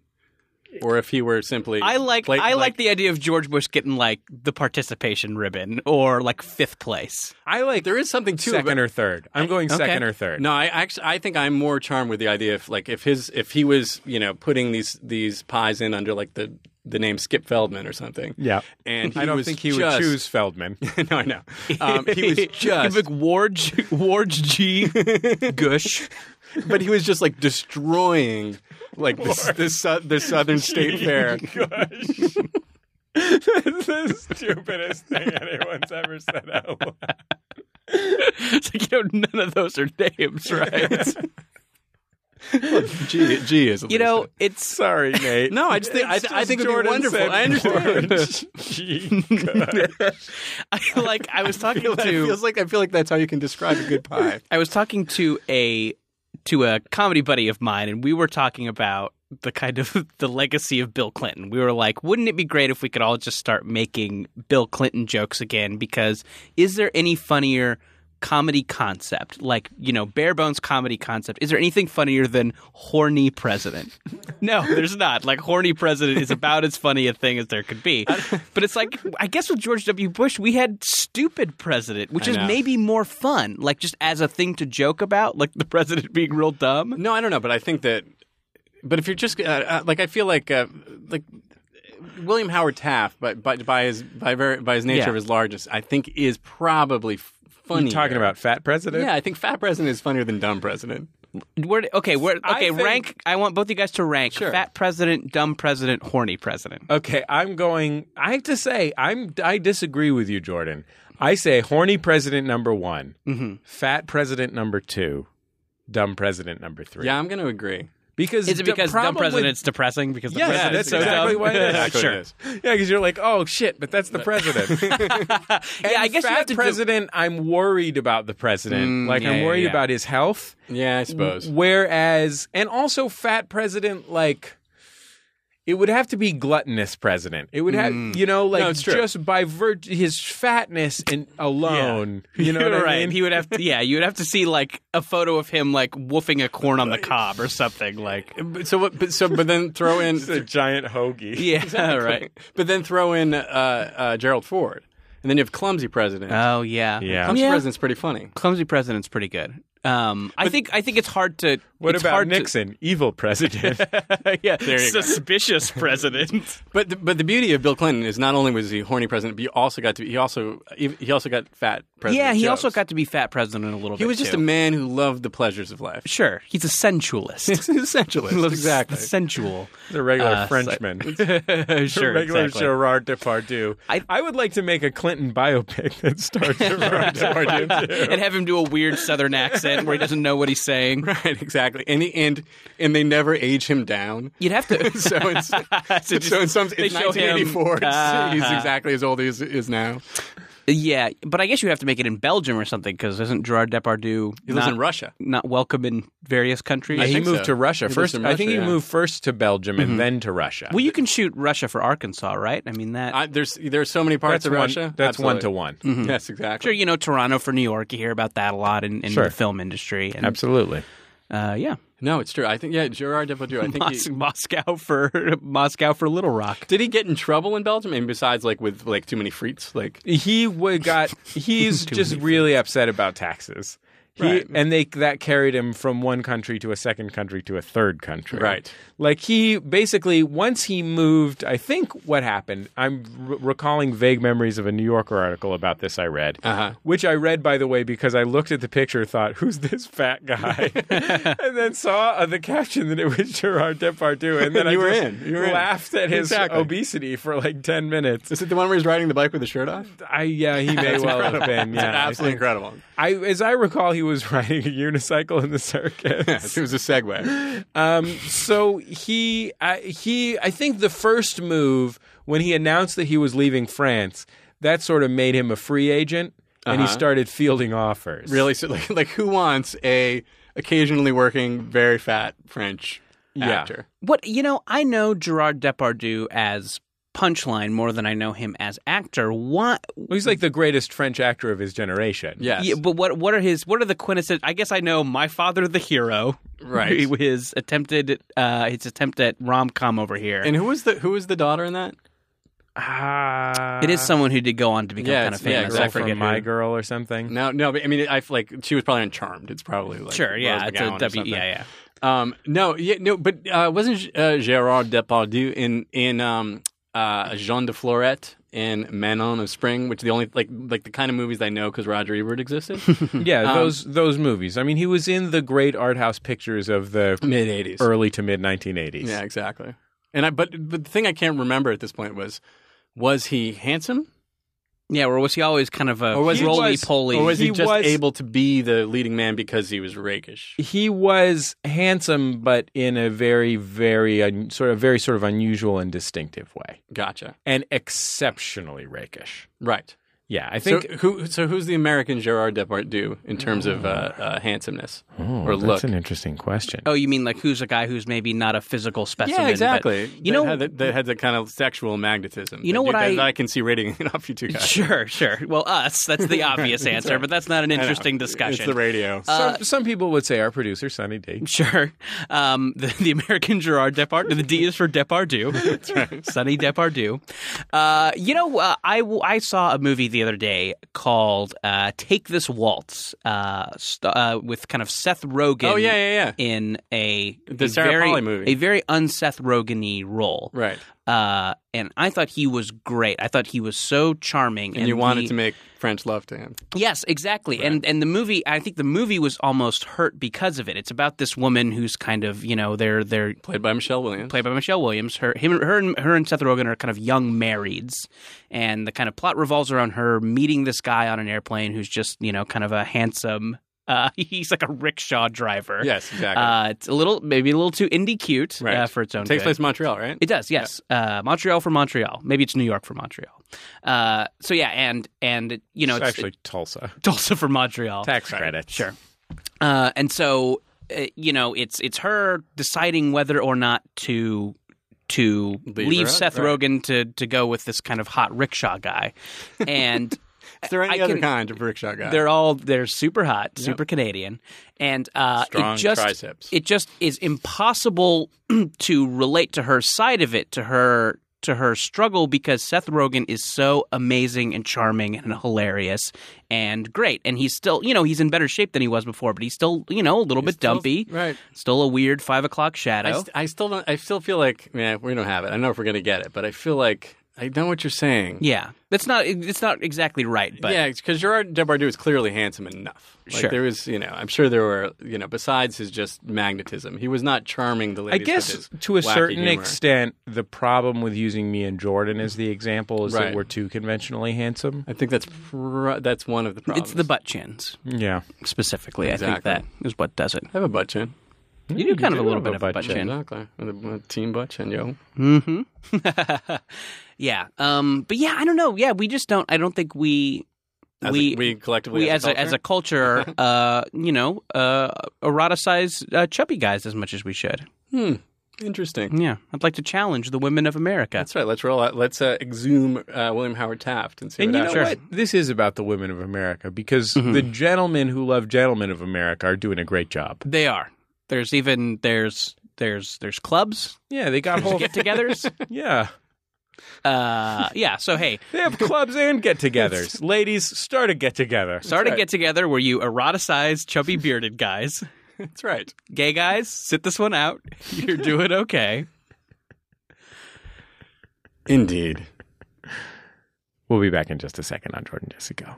or if he were simply?
I like
play-
I like, the idea of George Bush getting like the participation ribbon or like fifth place.
I like
There is something too.
second
about-
or third. I'm going second or third.
no, I actually I think I'm more charmed with the idea if like if his if he was you know putting these these pies in under like the the name Skip Feldman or something.
Yeah.
and he
I don't
was
think he
just-
would choose Feldman.
no, I know. Um, he was just,
like Warge Warge G Gush.
but he was just like destroying like the the, sou- the Southern State Fair.
That's the stupidest thing anyone's ever said out loud.
It's like you know none of those are names, right?
G, G is at
you
least
know,
a-
it's
Sorry, Nate.
No, I just think I,
It's
I
just
think it'd be
Jordan
wonderful.
said
I understand.
George G.
I, like I was talking
It
to
feels like I feel like that's how you can describe a good pie.
I was talking to a to a comedy buddy of mine, and we were talking about the kind of the legacy of Bill Clinton. We were like, wouldn't it be great if we could all just start making Bill Clinton jokes again? Because is there any funnier comedy concept, like you know, bare bones comedy concept? Is there anything funnier than horny president? no, there's not. Like horny president is about as funny a thing as there could be. But it's like I guess with George W. Bush, we had stupid president, which is
know.
maybe more fun, like just as a thing to joke about, like the president being real dumb.
No, I don't know, but I think that. But if you're just uh, uh, like, I feel like uh, like William Howard Taft, but by, by his by very, by his nature
Yeah.
of his largeness, I think is probably f- funnier.
You talking about fat president?
Yeah, I think fat president is funnier than dumb president.
Where, okay, where,
I
okay,
think-
rank. I want both you guys to rank fat president, dumb president, horny president.
Okay, I'm going. I have to say, I'm. I disagree with you, Jordan. I say horny president number one,
Mm-hmm.
fat president number two, dumb president number three.
Yeah, I'm going to agree.
because
Is it
the
because
problem
dumb
with-
president's depressing? Because the
Yes,
president's
that's
so
exactly
dumb?
why it is.
Exactly what it is.
Yeah, because you're like, oh shit, but that's the president.
yeah, I guess you
fat
have to. do-
president. I'm worried about the president. like
yeah,
I'm
Mm, yeah,
worried
yeah.
about his health.
Yeah, I suppose.
Whereas, and also fat president, like it would have to be gluttonous president. It would have,
Mm.
you know, like
No, it's true.
just by vir- his fatness and alone. You know
You're
what
right.
I mean?
He would have to. Yeah, you would have to see like a photo of him like woofing a corn on the cob or something. Like
But so what? But, so but then throw in
giant hoagie.
yeah, right.
But then throw in uh, uh, Gerald Ford. And then you have Clumsy President.
Oh yeah,
Uh, Yeah.
Clumsy
Yeah.
President's pretty funny.
Clumsy president's pretty good. Um, I think I think it's hard to.
What
it's
about
hard to-
Nixon, evil president?
yeah,
you go.
suspicious president.
But the, but the beauty of Bill Clinton is not only was he a horny president, but you also got to be, he also he, he also got fat president.
yeah, he
jokes.
also got to be fat president a little bit.
he was just
too.
a man who loved the pleasures of life.
Sure, he's a sensualist.
Essentially, exactly.
sensual.
the regular
Uh, so-
Frenchman.
sure,
regular
exactly.
Gerard Depardieu. I,
I-
would like to make a Clinton biopic that stars Gerard Depardieu.
and have him do a weird southern accent where he doesn't know what he's saying.
Right, exactly. And he, and and they never age him down.
You'd have to.
So it's so,
just-
in some
they
it's
show him-
1984. It's- he's
Ah.
exactly as old as he is now.
yeah, but I guess you have to make it in Belgium or something because isn't Gerard Depardieu
He lives
not,
in Russia.
not welcome in various countries?
I
he
think
moved
so.
to Russia
He lives
first.
in
I think
Russia,
he
yeah.
moved first to Belgium and then to Russia.
well, you can shoot Russia for Arkansas, right? I mean that.
I, there's there's so many parts
that's
of
one,
Russia.
That's one to
Absolutely. Mm-hmm.
one.
Yes, exactly.
sure, you know Toronto for New York. You hear about that a lot in, in
Sure.
the film industry. And,
Absolutely.
Uh, yeah,
No, it's true. I think yeah, Gerard Depardieu. I think
Mos-
he,
Moscow for Moscow for Little Rock.
did he get in trouble in Belgium? And besides, like with like too many frites, like
He wa got. He's just really upset about taxes. He,
Right.
And they that carried him from one country to a second country to a third country.
Right.
Like he basically once he moved, I think what happened. I'm r- recalling vague memories of a New Yorker article about this I read,
Uh-huh.
which I read by the way because I looked at the picture, thought, "Who's this fat guy?" and then saw uh, the caption that it was Gerard Depardieu, and then I
You were
just
in. You were in.
laughed at his
Exactly.
obesity for like ten minutes.
is it the one where he's riding the bike with the shirt off?
I yeah, he may well have been. Yeah, I
absolutely
think-
incredible.
I, as I recall, he was riding a unicycle in the circus.
Yes, it was a segue.
Um, so he, I he, I think the first move when he announced that he was leaving France, that sort of made him a free agent, and he started fielding offers.
Really, so like, like who wants a occasionally working, very fat French
Yeah.
actor?
What you know, I know Gerard Depardieu as punchline more than I know him as actor. What?
Well, he's like the greatest French actor of his generation.
Yes,
Yeah, but what what are his what are the quintessential? I guess I know my father, the hero,
Right.
His attempted uh, his attempt at rom com over here.
and who was the who was the daughter in that?
Ah,
it is someone who did go on to become
uh, Yeah,
kind of
it's- yeah,
famous. I
exactly.
from
forget
My
who.
Girl or something.
No, no. But, I mean, I like she was probably in Charmed. It's probably like
Sure, yeah,
Rose
it's
McGowan
a
or
W.
something.
Yeah, yeah.
Um, no, yeah, no. But uh, wasn't uh, Gerard Depardieu in in um, uh, Jean de Florette and Manon of Spring, which are the only like like the kind of movies I know because Roger Ebert existed,
Yeah, those those movies. I mean, he was in the great art house pictures of the
mid eighties.
early to mid 1980s.
Mm-hmm. Yeah, exactly. And I but but the thing I can't remember at this point was was he handsome
Yeah, or was he always kind of a
Or was he-
roly
or was
poly?
he,
He
just
was-
able to be the leading man because he was rakish?
he was handsome, but in a very, very un- sort of very sort of unusual and distinctive way,
Gotcha.
and exceptionally rakish.
Right.
Yeah, I think
so who so who's the American Gerard Depardieu in terms of uh, uh, handsomeness or
that's
look?
an interesting question.
Oh, you mean like who's a guy who's maybe not a physical specimen?
Yeah,
but-
exactly.
you know,
that had, that, that had that kind of sexual magnetism.
You know
that
what
that
I-
I can see rating it off you two guys.
Sure, sure. Well, us, that's the obvious answer, but that's not an
I know.
interesting discussion.
It's the radio.
Uh,
some, some people would say our producer Sonny D.
Sure. Um, the, the American Gerard Depardieu. The D is for Depardieu. That's right. Sonny Depardieu. Uh, you know, uh, I, w- I saw a movie the other day called uh, Take This Waltz uh, st- uh, with kind of Seth Rogen.
oh yeah, yeah, yeah.
In a,
The
a
Sarah
very,
Polley movie.
A very un-Seth Rogen-y role.
Right.
Uh, and I thought he was great. I thought he was so charming.
And, you wanted
the-
to make French love to him.
Yes, exactly. And and the movie, I think the movie was almost hurt because of it. It's about this woman who's kind of, you know, they're they're
Played by Michelle Williams.
played by Michelle Williams. Her him her and her and Seth Rogen are kind of young marrieds, and the kind of plot revolves around her meeting this guy on an airplane who's just, you know, kind of a handsome. Uh, he's like a rickshaw driver.
Yes, exactly.
Uh, it's a little, maybe a little too indie cute
Right.
uh, for its own.
Takes
good.
place in Montreal, right?
It does, yes. Uh, Montreal for Montreal. Maybe it's New York for Montreal. Uh, so yeah, and and you know,
It's
it's,
actually Tulsa.
it's also for Montreal.
Tax credit.
Sure. Uh, and so, uh, you know, it's it's her deciding whether or not to to
Leave her
leave,
out,
Seth
right.
Rogen to to go with this kind of hot rickshaw guy, and
Is there any
I
other
can-
kind of rickshaw guy?
they're all they're super hot, super Canadian, and uh,
Strong
it just
triceps.
it just is impossible to relate to her side of it to her to her struggle because Seth Rogen is so amazing and charming and hilarious and great. And he's still, you know, he's in better shape than he was before, but he's still, you know, a little bit dumpy.
right.
Still a weird five o'clock shadow.
I, st- I still don't. I still feel like yeah, we don't have it. I don't know if we're gonna get it, but I feel like I know what you're saying.
yeah. That's not, it's not exactly right, but
yeah, because Gerard Depardieu is clearly handsome enough. Like,
Sure.
There was, you know, I'm sure there were, you know, besides his just magnetism, he was not charming the
I
ladies. with
guess
his
to a
wacky
certain
humor.
extent, the problem with using me and Jordan as the example is that
Right.
we're too conventionally handsome.
I think that's pr- that's one of the problems.
it's the butt chins
Yeah.
specifically.
Exactly.
I think that is what does it.
I have a butt chin.
You do kind of a
do
little
have
bit of a butt chin.
Exactly. With a, with a team butt chin, yo.
Mm-hmm. yeah. Um. But yeah, I don't know. Yeah, we just don't. I don't think we.
As
we
a, we collectively
we
as,
as a, as a culture, uh, you know, uh, eroticize uh, chubby guys as much as we should.
hmm, interesting.
Yeah, I'd like to challenge the women of America.
That's right. Let's roll out. Let's uh, exhume uh, William Howard Taft and see
And
what
you know
happens.
what? This is about the women of America because the gentlemen who love gentlemen of America are doing a great job.
They are. There's even there's there's there's clubs
Yeah, they got whole.
get-togethers.
yeah.
uh, yeah. So hey,
They have clubs and get togethers. Ladies, start a get together.
start a get together where you eroticize chubby bearded guys.
That's right.
gay guys, sit this one out. You're doing okay.
Indeed.
We'll be back in just a second on Jordan Jessica.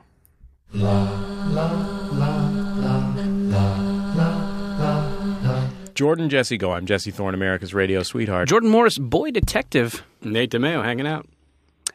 Jordan Jesse Go. I'm Jesse Thorne, America's radio sweetheart.
Jordan Morris, boy detective.
Nate DeMeo hanging out.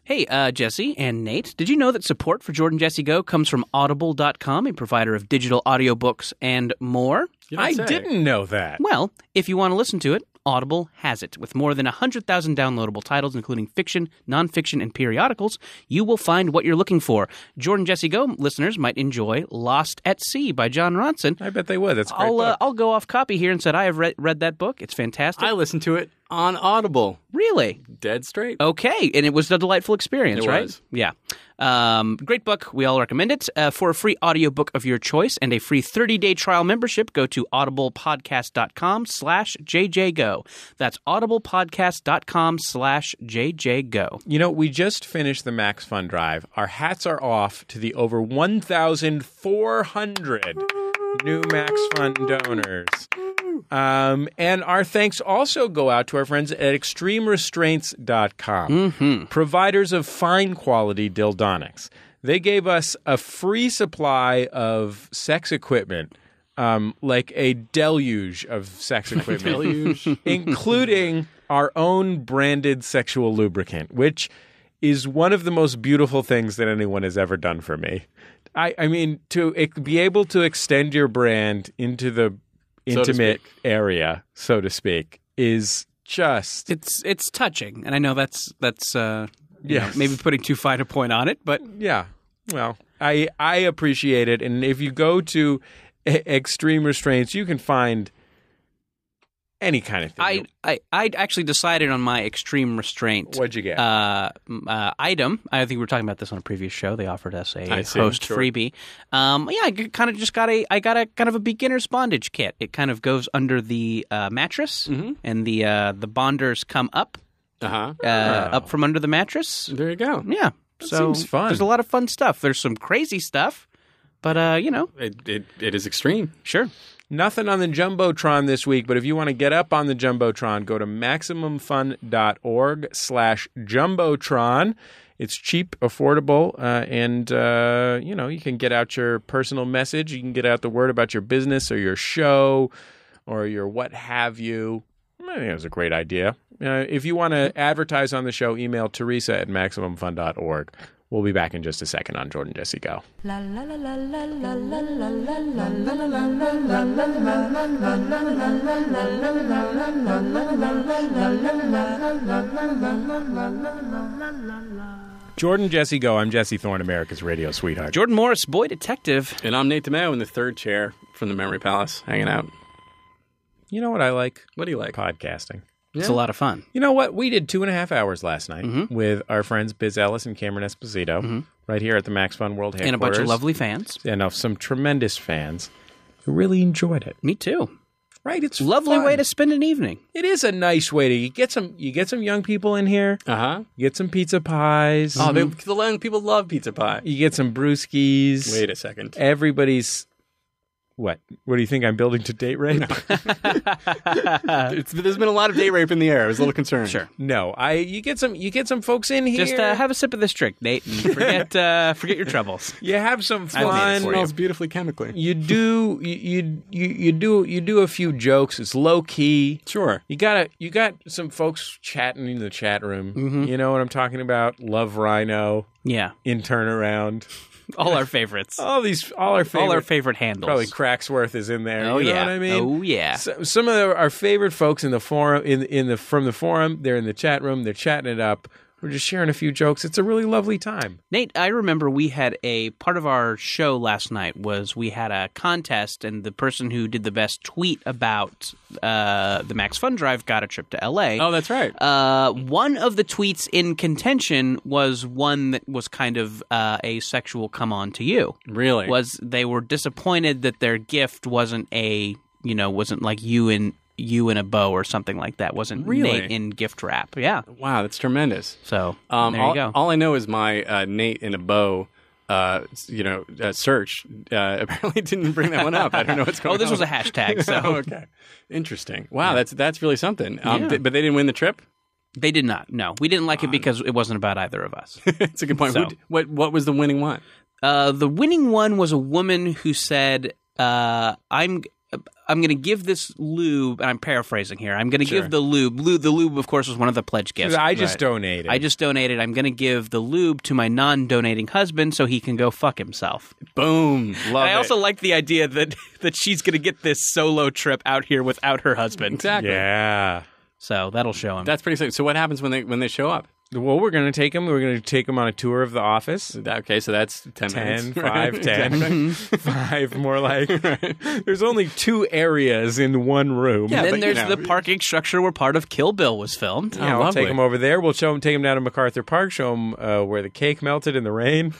Hey, uh, Jesse and Nate, did you know that support for Jordan Jesse Go comes from Audible.com, a provider of digital audiobooks and more?
You don't
I
say.
didn't know that.
Well, if you want to listen to it, Audible has it. With more than 100,000 downloadable titles, including fiction, nonfiction, and periodicals, you will find what you're looking for. Jordan Jesse Go listeners might enjoy Lost at Sea by John Ronson.
I bet they would. That's a great.
I'll, uh,
book.
I'll go off copy here and said I have re- read that book. It's fantastic.
I listened to it on Audible.
really?
Dead straight.
Okay, and it was a delightful experience,
It
right?
was.
Yeah. Um, great book. We all recommend it. Uh, for a free audiobook of your choice and a free 30-day trial membership, go to audiblepodcast.com slash jjgo. That's audiblepodcast.com slash jjgo.
You know, we just finished the Max Fund Drive. Our hats are off to the over 1,400 new Max Fund donors. Um, and our thanks also go out to our friends at extremerestraints.com, providers of fine quality dildonics. They gave us a free supply of sex equipment, um, like a deluge of sex equipment
Deluge.
including our own branded sexual lubricant, which is one of the most beautiful things that anyone has ever done for me. I, I mean, to ex- be able to extend your brand into the
So to
intimate area, so to speak, is just
It's it's touching, and I know that's that's uh,
Yeah. know, maybe
putting too fine a point on it, but
yeah. Well, I I appreciate it, and if you go to e- extreme restraints, you can find any kind of thing.
I, I I actually decided on my extreme restraint.
What'd you get?
uh, m- uh, item. I think we were talking about this on a previous show. They offered us a
I see.
host
Sure.
freebie. Um, yeah, I kind of just got a. I got a kind of a beginner's bondage kit. It kind of goes under the uh, mattress,
Mm-hmm.
and the uh, the bonders come up
Uh huh.
uh, up from under the mattress.
There you go.
Yeah, so
seems fun.
There's a lot of fun stuff. There's some crazy stuff, but uh, you know,
It, it, it is extreme.
sure.
Nothing on the Jumbotron this week, but if you want to get up on the Jumbotron, go to MaximumFun.org slash Jumbotron. It's cheap, affordable, uh, and, uh, you know, you can get out your personal message. You can get out the word about your business or your show or your what have you. I think it was a great idea. Uh, if you want to advertise on the show, email Teresa at MaximumFun.org. We'll be back in just a second on Jordan Jesse Go.
La la la la la la la la la la.
Jordan Jesse Go. I'm Jesse Thorne, America's radio sweetheart.
Jordan Morris, boy detective.
And I'm Nate DeMeo in the third chair from the Memory Palace, hanging out.
You know what I like?
What do you like?
Podcasting.
It's a lot of fun.
You know what? We did two and a half hours last night
Mm-hmm.
with our friends Biz Ellis and Cameron Esposito right here at the Max Fun World headquarters.
And a bunch of lovely fans.
And of some tremendous fans who really enjoyed it.
Me too.
right? It's
Lovely
fun.
way to spend an evening.
It is a nice way to you get some you get some young people in here.
Uh huh.
You get some pizza pies.
Oh, they, the young people love pizza pie.
you get some brewskis.
Wait a second.
Everybody's what? What do you think I'm building to date rape?
It's, there's been a lot of day rape in the air. I was a little concerned.
Sure.
No, I you get some you get some folks in here.
Just uh, have a sip of this drink, Nate, and forget uh, forget your troubles.
you have some
I've made it
fun.
for
Smells beautifully chemically.
You do you, you you you do you do a few jokes. It's low key.
Sure.
You gotta you got some folks chatting in the chat room.
Mm-hmm.
You know what I'm talking about? Love Rhino
Yeah,
in turnaround.
all our favorites,
All these all our favorite
all our favorite handles.
probably Cracksworth is in there.
oh
you know
yeah,
what I mean?
oh yeah.
So, some of the, our favorite folks in the forum, in in the from the forum, they're in the chat room. They're chatting it up. We're just sharing a few jokes. It's a really lovely time.
Nate, I remember we had a part of our show last night was we had a contest, and the person who did the best tweet about uh, the Max Fun Drive got a trip to L.A.
Oh, that's right.
Uh, one of the tweets in contention was one that was kind of uh, a sexual come on to you.
Really?
Was they were disappointed that their gift wasn't a you know wasn't like you in you in a bow or something like that wasn't
Really?
Nate in gift wrap. Yeah.
Wow, that's tremendous.
So
Um,
there
all,
you go.
all I know is my uh, Nate in a bow. Uh, you know, uh, search uh, apparently didn't bring that one up. I don't know what's going on.
oh, this was a hashtag. So
oh, okay, interesting. Wow, that's that's really something. Um,
Yeah.
th- but they didn't win the trip.
They did not. No, we didn't like it because it wasn't about either of us.
It's a good point.
So-
Who d- what what was the winning one?
uh, the winning one was a woman who said, uh, "I'm." I'm going to give this lube. I'm paraphrasing here. I'm going to give the lube. Lube. The lube, of course, was one of the pledge gifts.
I just donated.
I just donated. I'm going to give the lube to my non-donating husband so he can go fuck himself.
Boom! Love
I
it.
also like the idea that that she's going to get this solo trip out here without her husband.
exactly.
yeah.
So that'll show him.
That's pretty sick. So what happens when they when they show up?
Well, we're going to take them. We're going to take them on a tour of the office.
That- Okay, so that's ten,
10,
minutes.
5,
Right?
10, 5, more like. There's only two areas in one room.
Yeah,
and
but,
then
you
there's
know.
the parking structure where part of Kill Bill was filmed.
Yeah, we'll
Oh, lovely.
take them over there. We'll show them, take them down to MacArthur Park, show them uh, where the cake melted in the rain.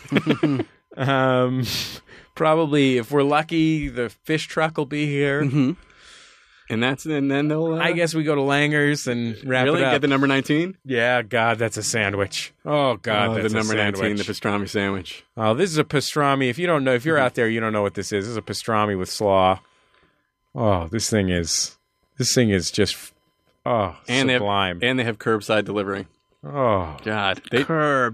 um, probably, if we're lucky, the fish truck will be here.
Mm-hmm. and that's and then they'll. Uh,
I guess we go to Langer's and wrap
really
it up.
get the number nineteen.
yeah, God, that's a sandwich. Oh, God,
oh,
that's
the number
a sandwich.
nineteen, the pastrami sandwich.
oh, this is a pastrami. If you don't know, if you're out there, you don't know what this is. This is a pastrami with slaw. Oh, this thing is, this thing is just, oh,
And
sublime.
they have and they have curbside delivery.
oh,
God, they,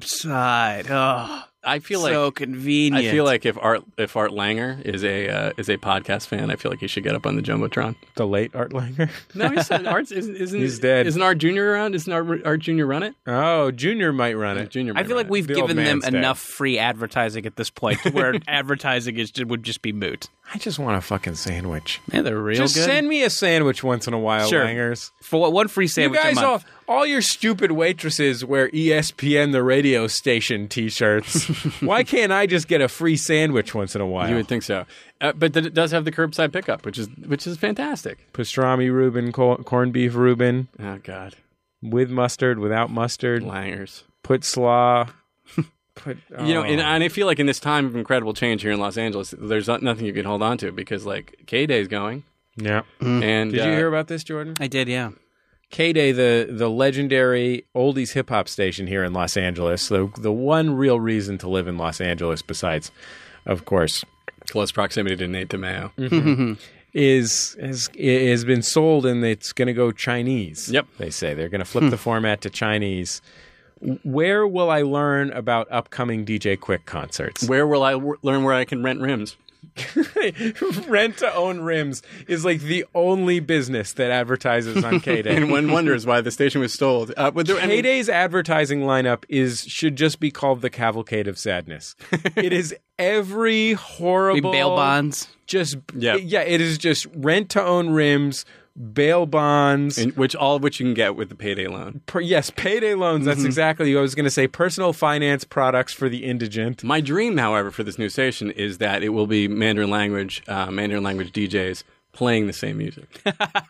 Curbside. Oh,
I feel like
so convenient.
I feel like if Art if Art Langer is a uh, is a podcast fan, I feel like he should get up on the jumbotron.
the late Art Langer.
No, he's not. Art's isn't, isn't
He's dead.
Isn't Art Junior around? Isn't Art, Art Junior run it?
Oh, Junior might run it.
Junior.
I feel like we've
The old
given them
man's dead.
enough free advertising at this point, to where advertising is would just be moot.
I just want a fucking sandwich.
Yeah, they're real
Just
good.
send me a sandwich once in a while,
Sure.
Langers.
For what one free
You
sandwich
guys,
a month.
all, all your stupid waitresses wear E ESPN, the radio station t shirts. Why can't I just get a free sandwich once in a while?
You would think so, uh, but th- it does have the curbside pickup, which is which is fantastic.
Pastrami Reuben, cor- corned beef Reuben,
Oh God,
with mustard, without mustard,
Langers.
put slaw. Put,
You know,
oh.
and, and I feel like in this time of incredible change here in Los Angeles, there's not, nothing you can hold on to because like K Day's going,
yeah.
and
Did
uh,
you hear about this, Jordan?
I did, yeah.
K Day, the the legendary oldies hip hop station here in Los Angeles, the the one real reason to live in Los Angeles, besides, of course,
uh, close proximity to Nate DeMeo.
is has has been sold and it's going to go Chinese.
Yep. Hmm.
they say they're going to flip the format to Chinese. Where will I learn about upcoming DJ Quick concerts?
Where will I w- learn where I can rent rims?
Rent to own rims is like the only business that advertises on K Day.
And one wonders why the station was sold. Uh, but there, I mean,
Payday's advertising lineup is should just be called the Cavalcade of Sadness. it is every horrible
Bail bonds.
Just
Yeah.
yeah, it is just rent to own rims, bail bonds.
And which all of which you can get with the payday loan.
per, yes, payday loans.
Mm-hmm.
That's exactly. I was going to say personal finance products for the indigent.
My dream, however, for this new station is that it will be Mandarin language, uh, Mandarin language DJs playing the same music.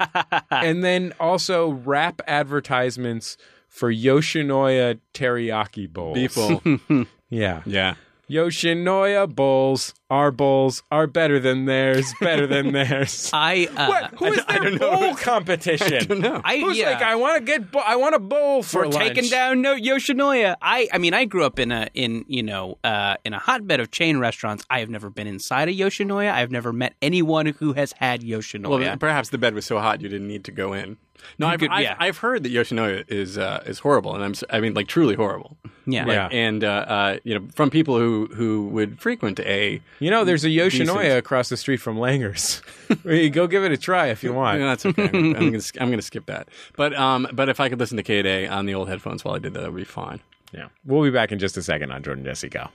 and then also rap advertisements for Yoshinoya teriyaki bowls.
People,
Yeah.
yeah,
Yoshinoya bulls, our bulls are better than theirs, better than theirs.
I uh,
what? Who is
I
their
don't know.
bull competition?
I don't know.
I
Who's
yeah.
like, I want to get, bu- I want a bull for
We're taking
lunch.
down no Yoshinoya. I I mean I grew up in a in you know uh, in a hotbed of chain restaurants. I have never been inside a Yoshinoya. I've never met anyone who has had Yoshinoya.
Well, perhaps the bed was so hot you didn't need to go in. No, I've,
could-
I've,
yeah.
I've heard that Yoshinoya is uh, is horrible, and I'm s- I mean like truly horrible.
yeah.
Yeah.
And uh, uh, you know, from people who who would frequent a,
You know, there's a
Mm,
Yoshinoya
Decent.
across the street from Langer's. Hey, Go give it a try if you want.
No, that's okay. I'm gonna, I'm gonna sk- I'm gonna skip that. But um, but if I could listen to K Day on the old headphones while I did that, that would be fine.
Yeah. We'll be back in just a second on Jordan Jesse Go.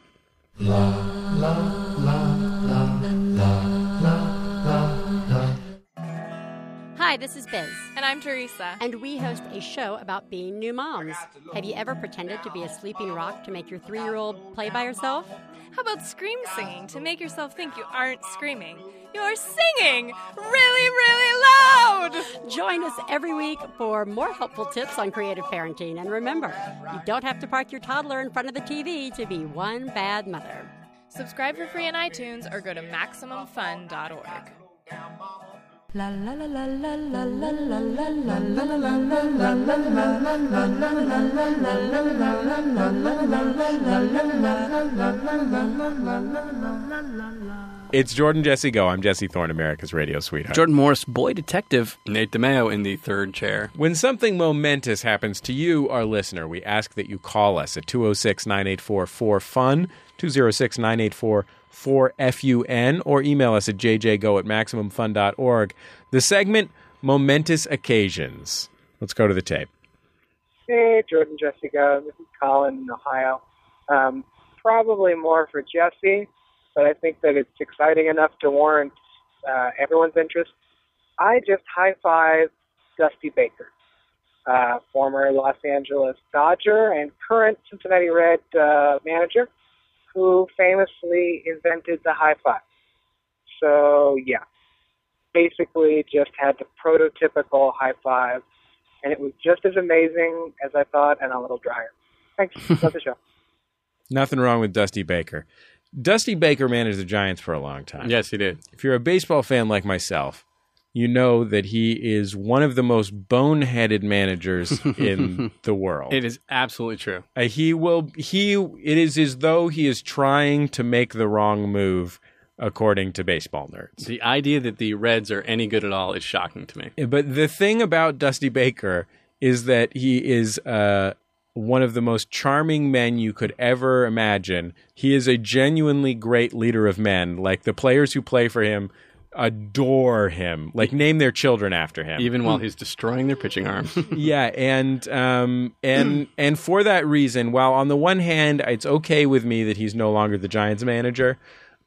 Hi, this is Biz,
And I'm Teresa.
and we host a show about being new moms. Have you ever pretended to be a sleeping rock to make your three year old play by herself?
How about scream singing to make yourself think you aren't screaming? You're singing really, really loud!
Join us every week for more helpful tips on creative parenting. And remember, you don't have to park your toddler in front of the TV to be one bad mother.
Subscribe for free on iTunes or go to MaximumFun.org.
La la la la la la la la la la.
It's Jordan Jesse Go. I'm Jesse Thorne, America's radio sweetheart.
Jordan Morris, boy detective.
Nate DeMeo in the third chair.
When something momentous happens to you, our listener, we ask that you call us at 206 984 4FUN, 206 984 4FUN, or email us at jjgo at MaximumFun.org. The segment, Momentous Occasions. Let's go to the tape.
Hey, Jordan, Jessica. This is Colin in Ohio. Um, probably more for Jesse, but I think that it's exciting enough to warrant uh, everyone's interest. I just high five Dusty Baker, uh, former Los Angeles Dodger and current Cincinnati Red uh, manager, who famously invented the high five. So, yeah, basically just had the prototypical high five and it was just as amazing as I thought and a little drier. Thanks. Love the show.
Nothing wrong with Dusty Baker. Dusty Baker managed the Giants for a long time.
Yes, he did.
If you're a baseball fan like myself, you know that he is one of the most boneheaded managers in the world.
It is absolutely true.
Uh, he will. He. It is as though he is trying to make the wrong move, according to baseball nerds.
The idea that the Reds are any good at all is shocking to me.
But the thing about Dusty Baker is that he is uh, one of the most charming men you could ever imagine. He is a genuinely great leader of men. Like the players who play for him adore him. Like name their children after him.
Even while he's destroying their pitching arms.
yeah and um and and for that reason while on the one hand it's okay with me that he's no longer the giants manager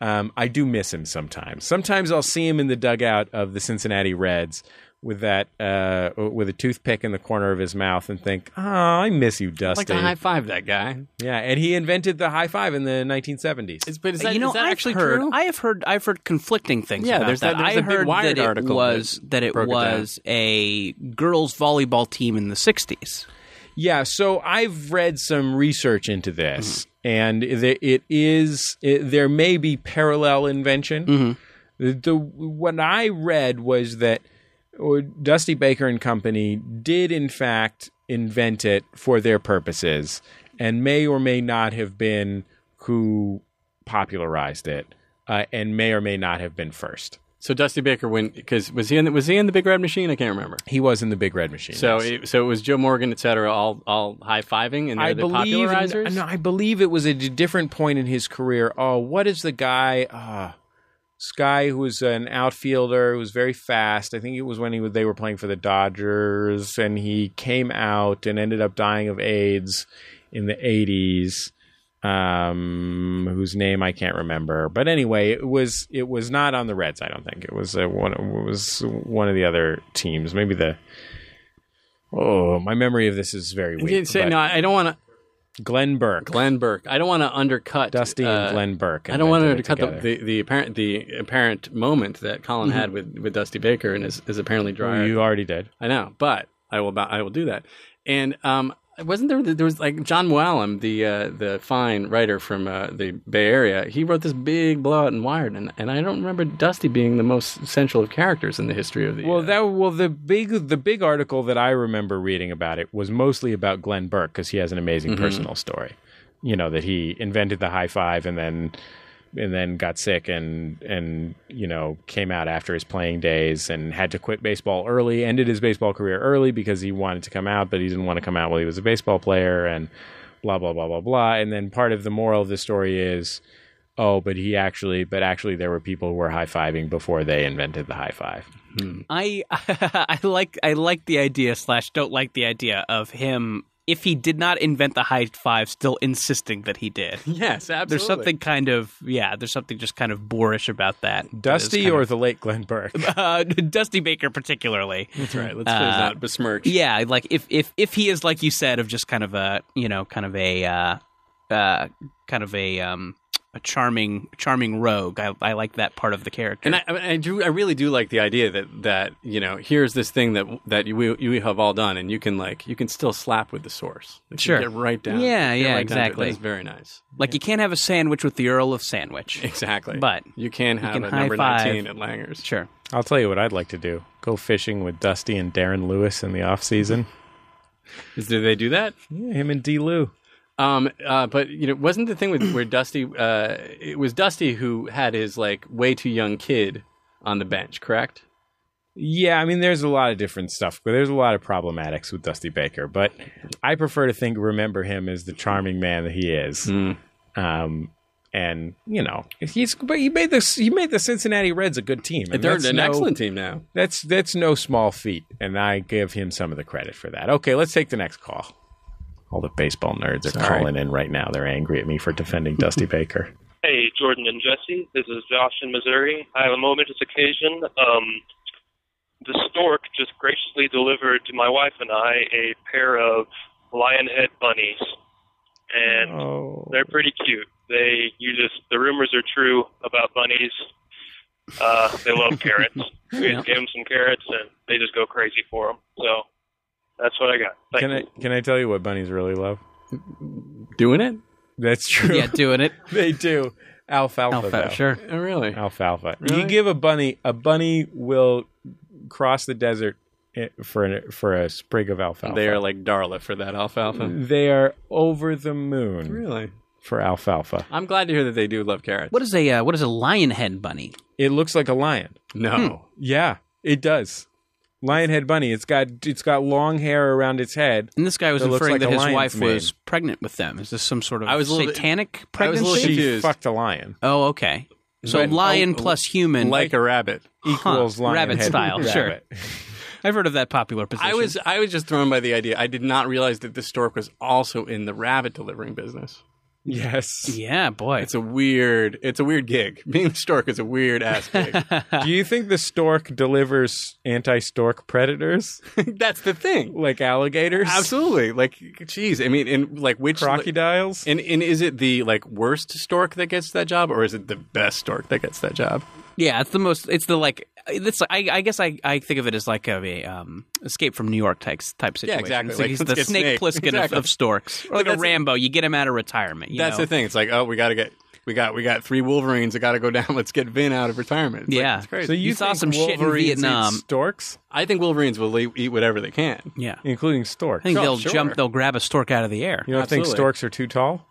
um i do miss him sometimes sometimes i'll see him in the dugout of the cincinnati reds with that uh with a toothpick in the corner of his mouth and think oh i miss you
like
dusty
to high five that guy.
yeah and he invented the high five in the 1970s
It's, but is
you know, I've heard, I have heard, I've heard conflicting things.
Yeah,
about
there's
that.
that- there's
I
a big
heard
Wired
that it
article
was
that
that it
broke it down.
was a girls' volleyball team in the '60s.
Yeah, so I've read some research into this,
Mm-hmm.
and th- it is it, there may be parallel invention.
Mm-hmm.
The, the what I read was that uh, Dusty Baker and Company did in fact invent it for their purposes, and may or may not have been who popularized it, uh, and may or may not have been first.
so Dusty Baker went because was he in the, was he in the Big Red Machine? I can't remember.
He was in the Big Red Machine.
So
yes.
it, so it was Joe Morgan, et cetera, all all high fiving, and they're
I
the
believe
popularizers.
No, I believe it was at a different point in his career. Oh, what is the guy? Uh, this guy who was an outfielder who was very fast. I think it was when he was, they were playing for the Dodgers, and he came out and ended up dying of AIDS in the eighties. Um, whose name I can't remember, but anyway, it was it was not on the Reds. I don't think it was uh, one it was one of the other teams. Maybe the oh, my memory of this is very
You
weak.
didn't say-
but-
no, I don't want to.
Glenn Burke.
Glenn Burke. I don't want to undercut
Dusty
uh,
and Glenn Burke.
I don't want to
invented it
undercut the,
together.
the, the apparent the apparent moment that Colin had with, with Dusty Baker and is, is apparently
Mm-hmm. Well,
drier.
you already did.
I know, but I will about, I will do that. And um, Wasn't there? There was like John Muallim, the uh, the fine writer from uh, the Bay Area. He wrote this big blowout in Wired, and, and I don't remember Dusty being the most central of characters in the history of the.
Well,
uh,
that well the big the big article that I remember reading about it was mostly about Glenn Burke because he has an amazing personal story. You know that he invented the high five and then and then got sick and and you know came out after his playing days and had to quit baseball early, ended his baseball career early because he wanted to come out, but he didn't want to come out while he was a baseball player and blah blah blah blah blah. And then part of the moral of the story is. Oh, but he actually, but actually, there were people who were high fiving before they invented the high five.
I I like I like the idea slash don't like the idea of him if he did not invent the high five, still insisting that he did.
yes, absolutely.
There's something kind of yeah. There's something just kind of boorish about that. that is
Dusty
kind
or
of-
the late Glenn Burke?
uh, Dusty Baker particularly.
That's right.
Uh,
Let's please not besmirch.
Yeah, like if if if he is like you said of just kind of a you know kind of a uh, uh, kind of a um, a charming charming rogue. I, I like that part of the character.
And I, I I do, I really do like the idea that that you know, here's this thing that that you, we you have all done, and you can like you can still slap with the source. Like,
Sure.
you get right down.
Yeah,
you get
yeah,
right down to it.
exactly.
That is very nice.
like you can't have a sandwich with the Earl of Sandwich.
Exactly.
But
you can have
can
a number
high-five.
nineteen at Langer's.
Sure.
I'll tell you what I'd like to do: go fishing with Dusty and Darren Lewis in the off season.
Is, do they do that?
Yeah, him and D. Lou.
Um, uh, but you know, wasn't the thing with where Dusty? Uh, it was Dusty who had his like way too young kid on the bench, correct?
Yeah, I mean, there's a lot of different stuff, but there's a lot of problematics with Dusty Baker. But I prefer to think remember him as the charming man that he is.
Hmm.
Um, and you know, he's but he made this he made the Cincinnati Reds a good team. and
They're
that's
an
no-
excellent team now.
That's that's no small feat, and I give him some of the credit for that. Okay, let's take the next call. All the baseball nerds are calling in right now. They're angry at me for defending Dusty Baker.
Hey, Jordan and Jesse. This is Josh in Missouri. I have a momentous occasion. Um, the stork just graciously delivered to my wife and I a pair of lion head bunnies, and
Oh.
they're pretty cute. They, you just, the rumors are true about bunnies. Uh, they love carrots. We just gave them some carrots, and they just go crazy for them. So that's what I got. Thank
Can
you.
I can I tell you what bunnies really love?
Doing it?
That's true.
Yeah, doing it.
they do. Alfalfa.
Alpha,
though.
sure.
Oh, really?
Alfalfa.
Really?
You give a bunny a bunny will cross the desert eh, for an, for a sprig of alfalfa.
They are like Darla for that alfalfa.
they are over the moon
Really?
for alfalfa.
I'm glad to hear that they do love carrots.
What is a uh, what is a lion head bunny?
It looks like a lion.
No.
Yeah, it does. Lion head bunny. It's got it's got long hair around its head.
And this guy was
That looks like
referring that
a
his
lion's
wife was
mane.
pregnant with them. Is this some sort of
I was a little bit-
satanic
I was
pregnancy?
a little
She
confused.
fucked a lion.
oh, okay. So
But-
lion
oh,
plus human.
Like a rabbit.
Equals lion
rabbit
head
style, sure.
rabbit.
I've heard of that popular position.
I was I was just thrown by the idea. I did not realize that the stork was also in the rabbit delivering business.
Yes.
Yeah, boy.
It's a weird it's a weird gig. Being the stork is a weird ass gig.
Do you think the stork delivers anti-stork predators
That's the thing.
like alligators,
Absolutely. Like geez, I mean in like which
crocodiles?
and, and is it the like worst stork that gets that job or is it the best stork that gets that job?
yeah, it's the most. It's the like. It's like, I, I guess I, I think of it as like a, a um, escape from New York type type situation.
exactly.
It's like
Like,
he's
let's
the
get
snake
Snake.
Plissken
Exactly.
of, of storks, or
But
like a
that's-
Rambo. You get him out of retirement. You
That's
know?
the thing. It's like, oh, we got to get we got we got three Wolverines that got to go down. Let's get Vin out of retirement. It's like,
Yeah.
it's crazy.
So you,
You saw
think
some shit in
Wolverines eat
Vietnam.
Storks,
I think Wolverines will le- eat whatever they can.
Yeah, I
including storks.
think
Oh,
they'll
sure.
jump. They'll grab a stork out of the air.
you don't think
absolutely.
storks are too tall?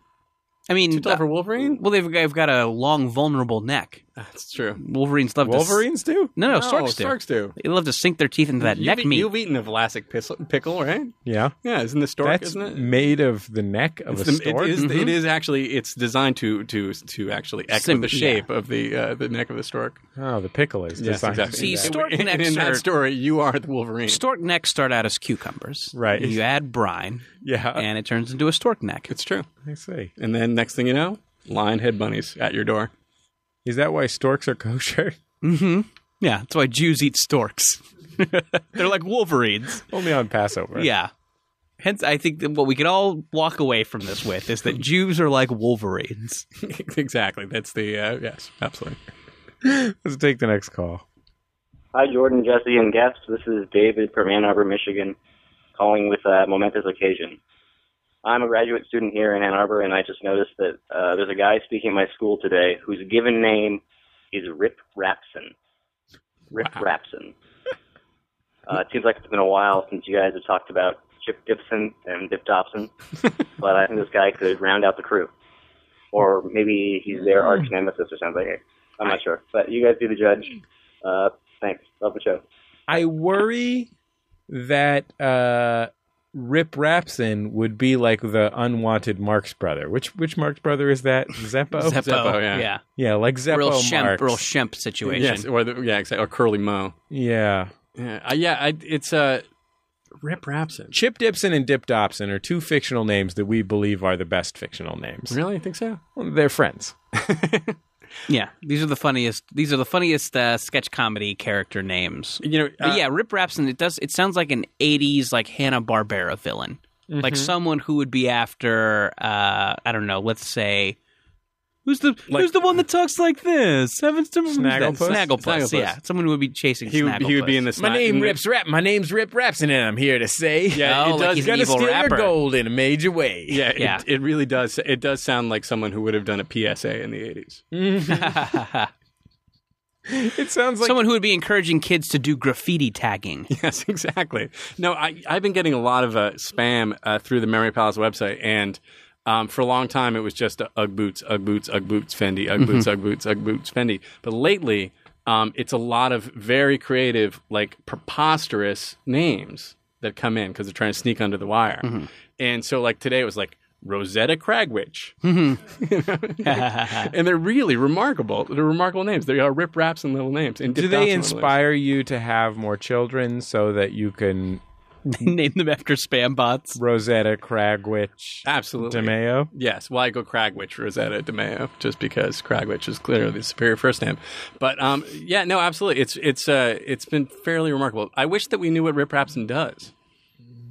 I mean,
Too tall for
uh,
Wolverine?
well, they've, they've got a long, vulnerable neck.
That's true.
Wolverines love to s-
Wolverines do.
No, no,
No,
storks do.
storks do.
They love to sink their teeth into that
You've
neck
eat-
meat.
You've eaten the Vlasic piss- pickle, right?
Yeah,
Yeah, isn't the stork?
that's
isn't it?
made of the neck of
It's
a
the-
stork. Mm-hmm.
it, is, it is actually it's designed to to to actually echo
Sim-
the shape of the uh, the neck of the stork.
oh, the pickle is designed. to
See,
do that.
stork-
in,
necks
in
are-
that story, you are the Wolverine.
Stork necks start out as cucumbers.
Right.
You add brine,
Yeah,
and it turns into a stork neck.
Uh, It's true.
I see.
And then next thing you know, lion head bunnies at your door.
Is that why storks are kosher?
Yeah, that's why Jews eat storks. They're like wolverines.
Only on Passover.
Yeah. Hence, I think that what we can all walk away from this with is that Jews are like wolverines.
exactly. That's the uh, yes, absolutely.
Let's take the next call.
Hi, Jordan, Jesse, and guests. This is David from Ann Arbor, Michigan, calling with a momentous occasion.
I'm a graduate student here in Ann Arbor, and I just noticed that uh, there's a guy speaking at my school today whose given name is Rip Rapson. Rip Rapson. Uh, it seems like it's been a while since you guys have talked about Chip Gibson and Dip Dobson, but I think this guy could round out the crew. Or maybe he's their arch nemesis or something. I'm not sure. But you guys be the judge. Uh, thanks. Love the show.
I worry that uh, Rip Rapson would be like the unwanted Marx brother. Which which Marx brother is that? Zeppo.
Zeppo, Zeppo, yeah. yeah.
yeah, like Zeppo
Real Shemp-
Marx.
real Shemp situation.
Yes, or the, yeah, exactly. Or Curly Mo.
Yeah.
Yeah, I, yeah. I, it's uh, Rip Rapson.
Chip Dipson and Dip Dobson are two fictional names that we believe are the best fictional names.
Really, you think so?
Well, they're friends.
Yeah, these are the funniest. These are the funniest uh, sketch comedy character names.
You know,
But yeah, Rip Rapson. It does. It sounds like an '80s like Hanna Barbera villain, like
Mhm.
someone who would be after. Uh, I don't know. Let's say. Who's the Who's the one that talks like this? Seven
Snagglepuss?
Snagglepuss.
Snagglepuss.
Yeah, someone who would be chasing.
He would-
Snagglepuss.
he would be in the
My name Rips Rap. My name's Rip Rapson, and I'm here to say,
Yeah,
Oh,
it
like
does.
he's an
gonna
evil
steal your
rapper.
gold in a major way.
Yeah,
Yeah.
It, it really does. It does sound like someone who would have done a PSA in the '80s.
It sounds like
someone who would be encouraging kids to do graffiti tagging.
Yes, exactly. No, I, I've been getting a lot of uh, spam uh, through the Memory Palace website, and um, for a long time it was just uh, Ugg boots, Ugg boots, Ugg boots, Fendi, Ugg
Mm-hmm.
boots, Ugg boots, Ugg boots, Fendi. But lately, um, it's a lot of very creative, like preposterous names that come in because they're trying to sneak under the wire.
Mm-hmm.
And so, like today, it was like Rosetta Cragwitch. and they're really remarkable. They're remarkable names. They are rip raps and little names. And
Do
Dip
they
Dobson little names.
inspire you to have more children so that you can
Name them after spam bots.
Rosetta Cragwich
Absolutely.
DeMeo?
Yes. Well, I go Cragwitch Rosetta DeMeo just because Cragwitch is clearly the superior first name. But um, yeah, no, absolutely. It's it's uh, it's been fairly remarkable. I wish that we knew what Rip Rapson does.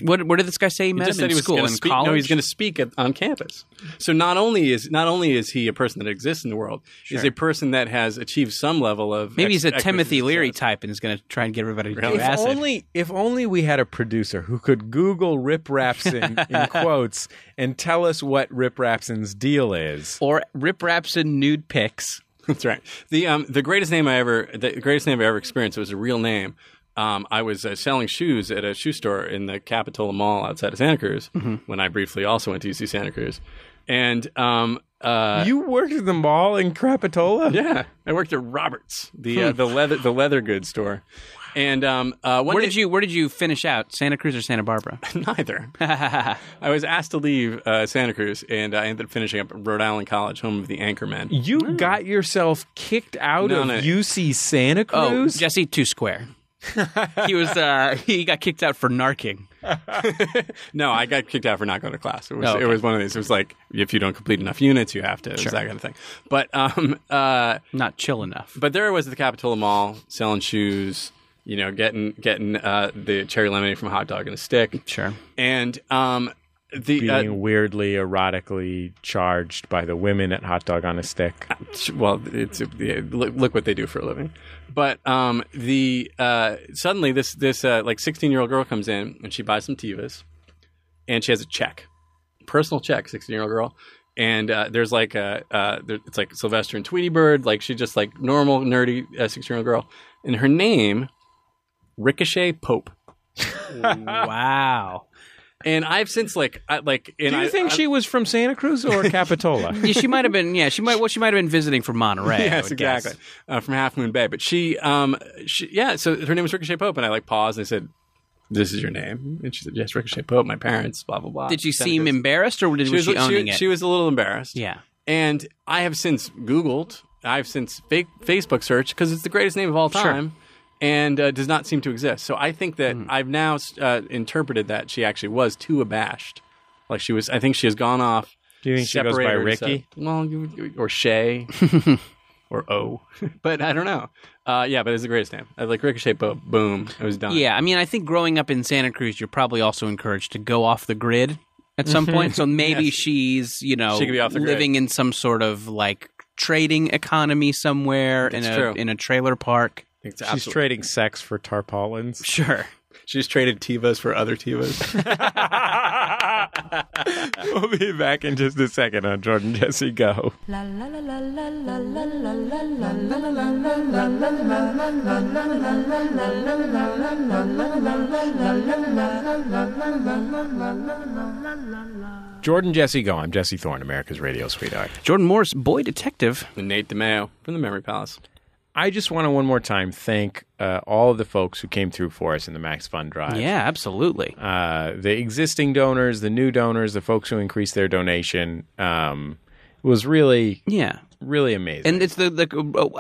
What What did this guy say? He
He
met
just
him
said
in
he was
school
going to
in
speak.
college.
No, he's going to speak at, on campus. So not only is not only is he a person that exists in the world, he's a person that has achieved some level of
Maybe
ex-
he's a
equity
Timothy
and
Leary
success.
type and is going to try and get everybody to do
If
acid.
only, if only we had a producer who could Google Rip Rapson in quotes and tell us what Rip Rapson's deal is.
or Rip Rapson nude pics.
That's right. The um the greatest name I ever the greatest name I ever experienced was a real name. Um, I was uh, selling shoes at a shoe store in the Capitola Mall outside of Santa Cruz
Mm-hmm.
when I briefly also went to UC Santa Cruz, and um uh
you worked at the mall in Crapatola?
yeah I worked at Roberts the
Hmm.
uh, the leather the leather goods store, and um uh one
Where
day-
did you Where did you finish out? Santa Cruz or Santa Barbara?
neither I was asked to leave uh, Santa Cruz and I ended up finishing up at Rhode Island College home of the Anchormen.
You got yourself kicked out
No,
of
no.
UC Santa
oh,
Cruz?
Jesse Two Square. he was uh, he got kicked out for narking.
No, I got kicked out for not going to class. It was,
Oh, okay.
it was one of these. It was like if you don't complete enough units, you have to. It was that kind of thing. But um, uh,
Not chill enough.
but there I was at the Capitola Mall selling shoes. You know, getting getting uh, the cherry lemonade from a hot dog and a stick.
Sure.
And um, the uh,
Being weirdly erotically charged by the women at Hot Dog on a Stick.
well, it's yeah, look, look what they do for a living. But um, the uh, suddenly this this uh, like sixteen year old girl comes in and she buys some Tivas, and she has a check, personal check, sixteen year old girl. And uh, there's like a uh, there, it's like Sylvester and Tweety Bird, like she's just like normal nerdy sixteen year old girl, and her name Ricochet Pope.
Ah. wow.
And I've since like I, like and
Do you
I,
think
I-
she was from Santa Cruz or Capitola?
Yeah, she might have been. Yeah, she might. Well, she might have been visiting from Monterey. I
yes,
would guess.
exactly. Uh, from Half Moon Bay. But she, um, she, yeah. So her name was Ricochet Pope, and I like paused and I said, "This is your name?" And she said, "Yes, Ricochet Pope. My parents, blah blah blah."
Did she
Santa
seem
Cruz.
embarrassed, or did
She
was
was,
she owning
she,
it?
she was a little embarrassed.
yeah.
And I have since Googled. I've since fake Facebook searched because it's the greatest name of all time. And uh, does not seem to exist. So I think
Hmm.
that I've now uh, interpreted that she actually was too abashed, like she was. I think she has gone off.
Do you think she goes by
separated herself.
Ricky?
Well, you, you- or Shay, or O. but I don't know. Uh, yeah, but it's the greatest name. I like Ricochet, but boom, it was done.
Yeah, I mean, I think growing up in Santa Cruz, you're probably also encouraged to go off the grid at some point. So maybe she's, you know,
She could be off the grid.
living in some sort of like trading economy somewhere in
That's
a
true.
in a trailer park.
It's
She's
absolute-
trading sex for tarpaulins.
Sure.
She's traded Tivas for other Tivas.
we'll be back in just a second on Jordan Jesse Go. Jordan Jesse Go. I'm Jesse Thorne, America's radio sweetheart.
Jordan Morris, boy detective.
And Nate DeMeo from the Memory Palace.
I just want to one more time thank uh, all of the folks who came through for us in the Max Fund Drive.
Yeah, absolutely.
Uh, the existing donors, the new donors, the folks who increased their donation. Um, it was really,
yeah,
really amazing.
And it's the, the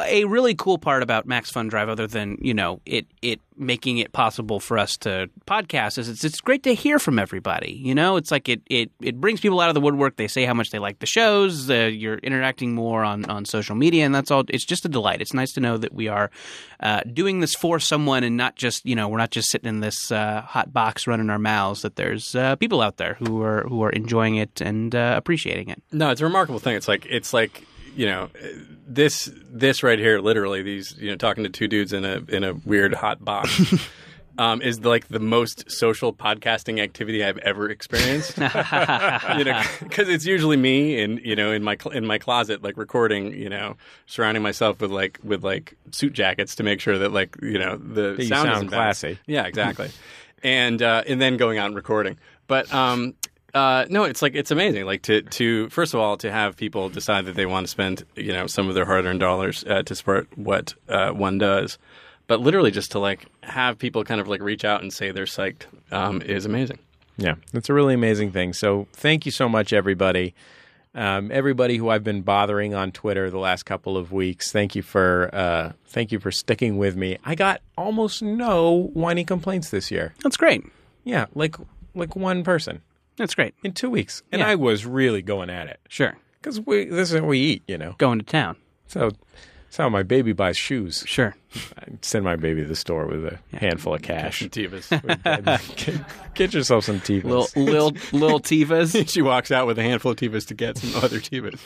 a really cool part about Max Fund Drive, other than you know it it making it possible for us to podcast, is it's it's great to hear from everybody. You know, it's like it it it brings people out of the woodwork. They say how much they like the shows. Uh, you're interacting more on on social media, and that's all. It's just a delight. It's nice to know that we are uh, doing this for someone, and not just you know we're not just sitting in this uh, hot box running our mouths. That there's uh, people out there who are who are enjoying it and uh, appreciating it.
No, it's a remarkable thing. It's like it's like you know this this right here literally these you know talking to two dudes in a in a weird hot box um, is like the most social podcasting activity I've ever experienced you know cuz it's usually me in you know in my cl- in my closet like recording you know surrounding myself with like with like suit jackets to make sure that like you know the
That you
sound,
sound
isn't bad.
classy.
yeah exactly and uh, and then going out and recording but um uh, no, it's like it's amazing. Like to to first of all to have people decide that they want to spend you know some of their hard earned dollars uh, to support what uh, one does, but literally just to like have people kind of like reach out and say they're psyched um, is amazing.
Yeah, that's a really amazing thing. So thank you so much, everybody. Um, everybody who I've been bothering on Twitter the last couple of weeks, thank you for uh, thank you for sticking with me. I got almost no whiny complaints this year.
That's great.
Yeah, like like one person
That's great.
in two weeks, and
Yeah.
I was really going at it
Sure.
because we this is what we eat, you know.
Going to town.
So that's how my baby buys shoes.
Sure.
I send my baby to the store with a handful of cash.
Divas.
get, get yourself some tea.
Lil Lil Lil Tivas.
she walks out with a handful of Tevas to get some other Tevas.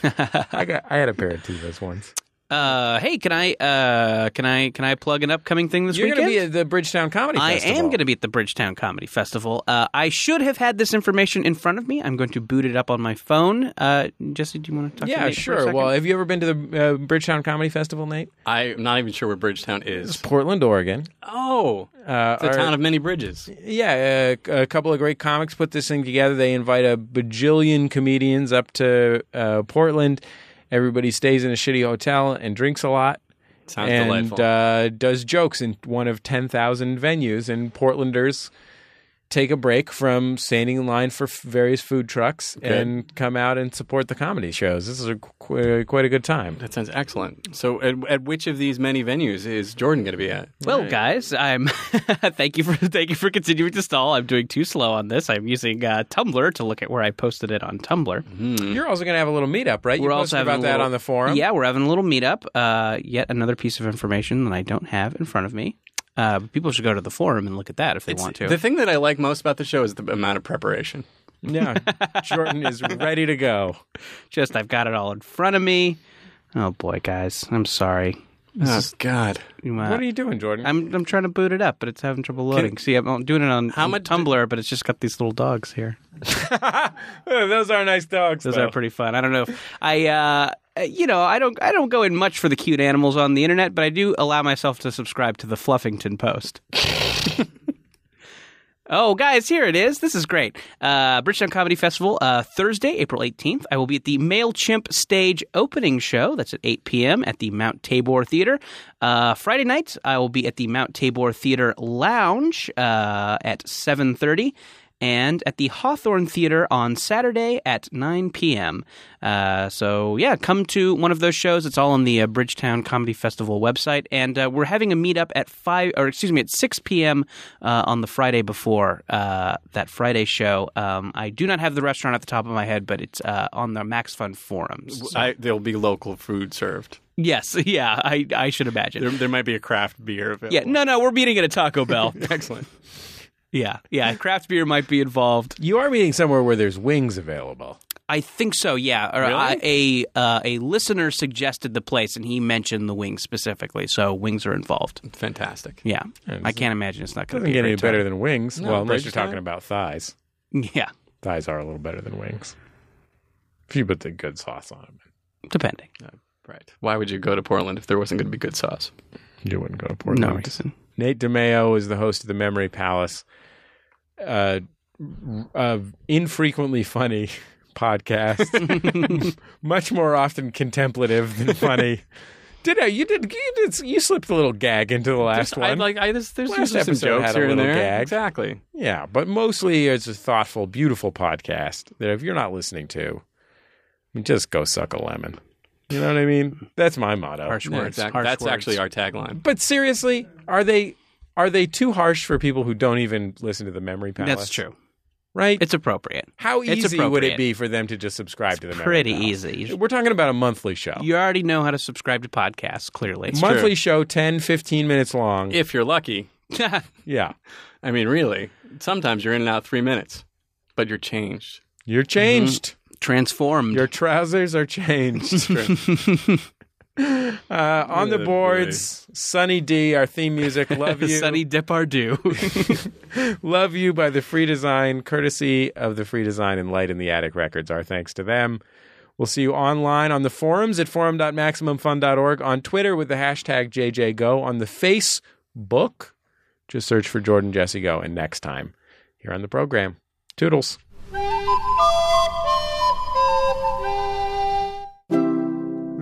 I got I had a pair of Tevas once.
Uh, hey, can I uh, can I can I plug an upcoming thing this
You're
weekend?
going to be at the Bridgetown Comedy
I
Festival.
am going to be at the Bridgetown Comedy Festival. Uh, I should have had this information in front of me. I'm going to boot it up on my phone. Uh, Jesse, do you want to talk? to
Yeah,
Nate For a
sure.
second?
Well, have you ever been to the uh, Bridgetown Comedy Festival, Nate?
I'm not even sure where Bridgetown is.
Portland, Oregon.
Oh,
Uh,
it's a
our-
town of many bridges.
yeah, uh, a couple of great comics put this thing together. They invite a bajillion comedians up to uh, Portland. Everybody stays in a shitty hotel and drinks a lot.
Sounds
and
delightful.
Uh, does jokes in one of 10,000 venues. And Portlanders take a break from standing in line for f- various food trucks and come out and support the comedy shows. This is a, qu- quite a good time.
that sounds excellent. So, at, at which of these many venues is Jordan going to be at?
Well, guys, I'm. thank you for thank you for continuing to stall. I'm doing too slow on this. I'm using uh, Tumblr to look at where I posted it on Tumblr.
You're also going to have a little meetup, right?
We're
you posted
also having
about
a
that
little-
on the forum.
Yeah, we're having a little meetup. Uh, yet another piece of information that I don't have in front of me. Uh, people should go to the forum and look at that if they want to.
The thing that I like most about the show is the amount of preparation.
yeah. Jordan is ready to go.
Just I've got it all in front of me. Oh boy, guys, I'm sorry.
Oh God!
You, uh,
What are you doing, Jordan?
I'm I'm trying to boot it up, but it's having trouble loading. See, I'm- I'm doing it on, on
much-
Tumblr, but it's just got these little dogs here.
Those are nice dogs.
Those
though.
are pretty fun. I don't know if I, uh, you know, I don't I don't go in much for the cute animals on the internet, but I do allow myself to subscribe to the Fluffington Post. Oh, guys, here it is. This is great. Uh, Bridgetown Comedy Festival, uh, Thursday, April 18th. I will be at the MailChimp stage opening show. That's at 8 p.m. at the Mount Tabor Theater. Uh, Friday night, I will be at the Mount Tabor Theater Lounge uh, at 7.30 and at the Hawthorne Theater on Saturday at 9 p.m. Uh, so, yeah, come to one of those shows. It's all on the uh, Bridgetown Comedy Festival website. And uh, we're having a meetup at 5, or excuse me, at 6 p.m. Uh, on the Friday before uh, that Friday show. Um, I do not have the restaurant at the top of my head, but it's uh, on the Max Fund forums. So-
I, there'll be local food served.
yes, yeah, I, I should imagine.
There, there might be a craft beer available.
yeah, no, no, we're meeting at a Taco Bell.
Excellent.
yeah, yeah, craft beer might be involved.
You are meeting somewhere where there's wings available.
I think so. Yeah, or I, a uh, a listener suggested the place, and he mentioned the wings specifically. So wings are involved.
Fantastic.
Yeah, I can't imagine it's not going
Doesn't
to be a
get any
great time.
better than wings.
No,
well, unless you're
Bridgetown.
talking about thighs.
Yeah,
Thighs are a little better than wings. If you put the good sauce on them.
Depending.
right. Why would you go to Portland if there wasn't going to be good sauce?
You wouldn't go to
Portland.
No Nate DeMeo is the host of the Memory Palace, uh, uh, infrequently funny podcast, much more often contemplative than funny. Did uh, you did you did you slipped a little gag into the last
I
one?
like I there's, there's
Last
usually some
episode
jokes
had a
here and
little
there.
gag.
Exactly.
Yeah, but mostly it's a thoughtful, beautiful podcast that if you're not listening to, I mean, just go suck a lemon. You know what I mean? That's my motto.
Harsh Yeah, words. exactly. Harsh That's words. actually our tagline.
But seriously, are they are they too harsh for people who don't even listen to the Memory Palace?
That's true.
Right?
It's appropriate.
How
It's
easy would it
appropriate.
be for them to just subscribe to the Memory
Pretty
Palace?
easy.
We're talking about a monthly show.
You already know how to subscribe to podcasts, clearly.
monthly show, 10, 15 minutes long.
If you're lucky.
yeah.
I mean, really. Sometimes you're in and out three minutes, but you're changed.
You're changed.
Mm-hmm. Transformed.
Your trousers are changed. Uh, on the
Good
boards, Sunny D, our theme music, Love You.
Sunny Depardieu.
Love You by The Free Design, courtesy of The Free Design and Light in the Attic Records. Our thanks to them. We'll see you online on the forums at forum.maximumfun.org, on Twitter with the hashtag JJGo, on the Facebook. Just search for Jordan Jesse Go, and next time here on the program. Toodles.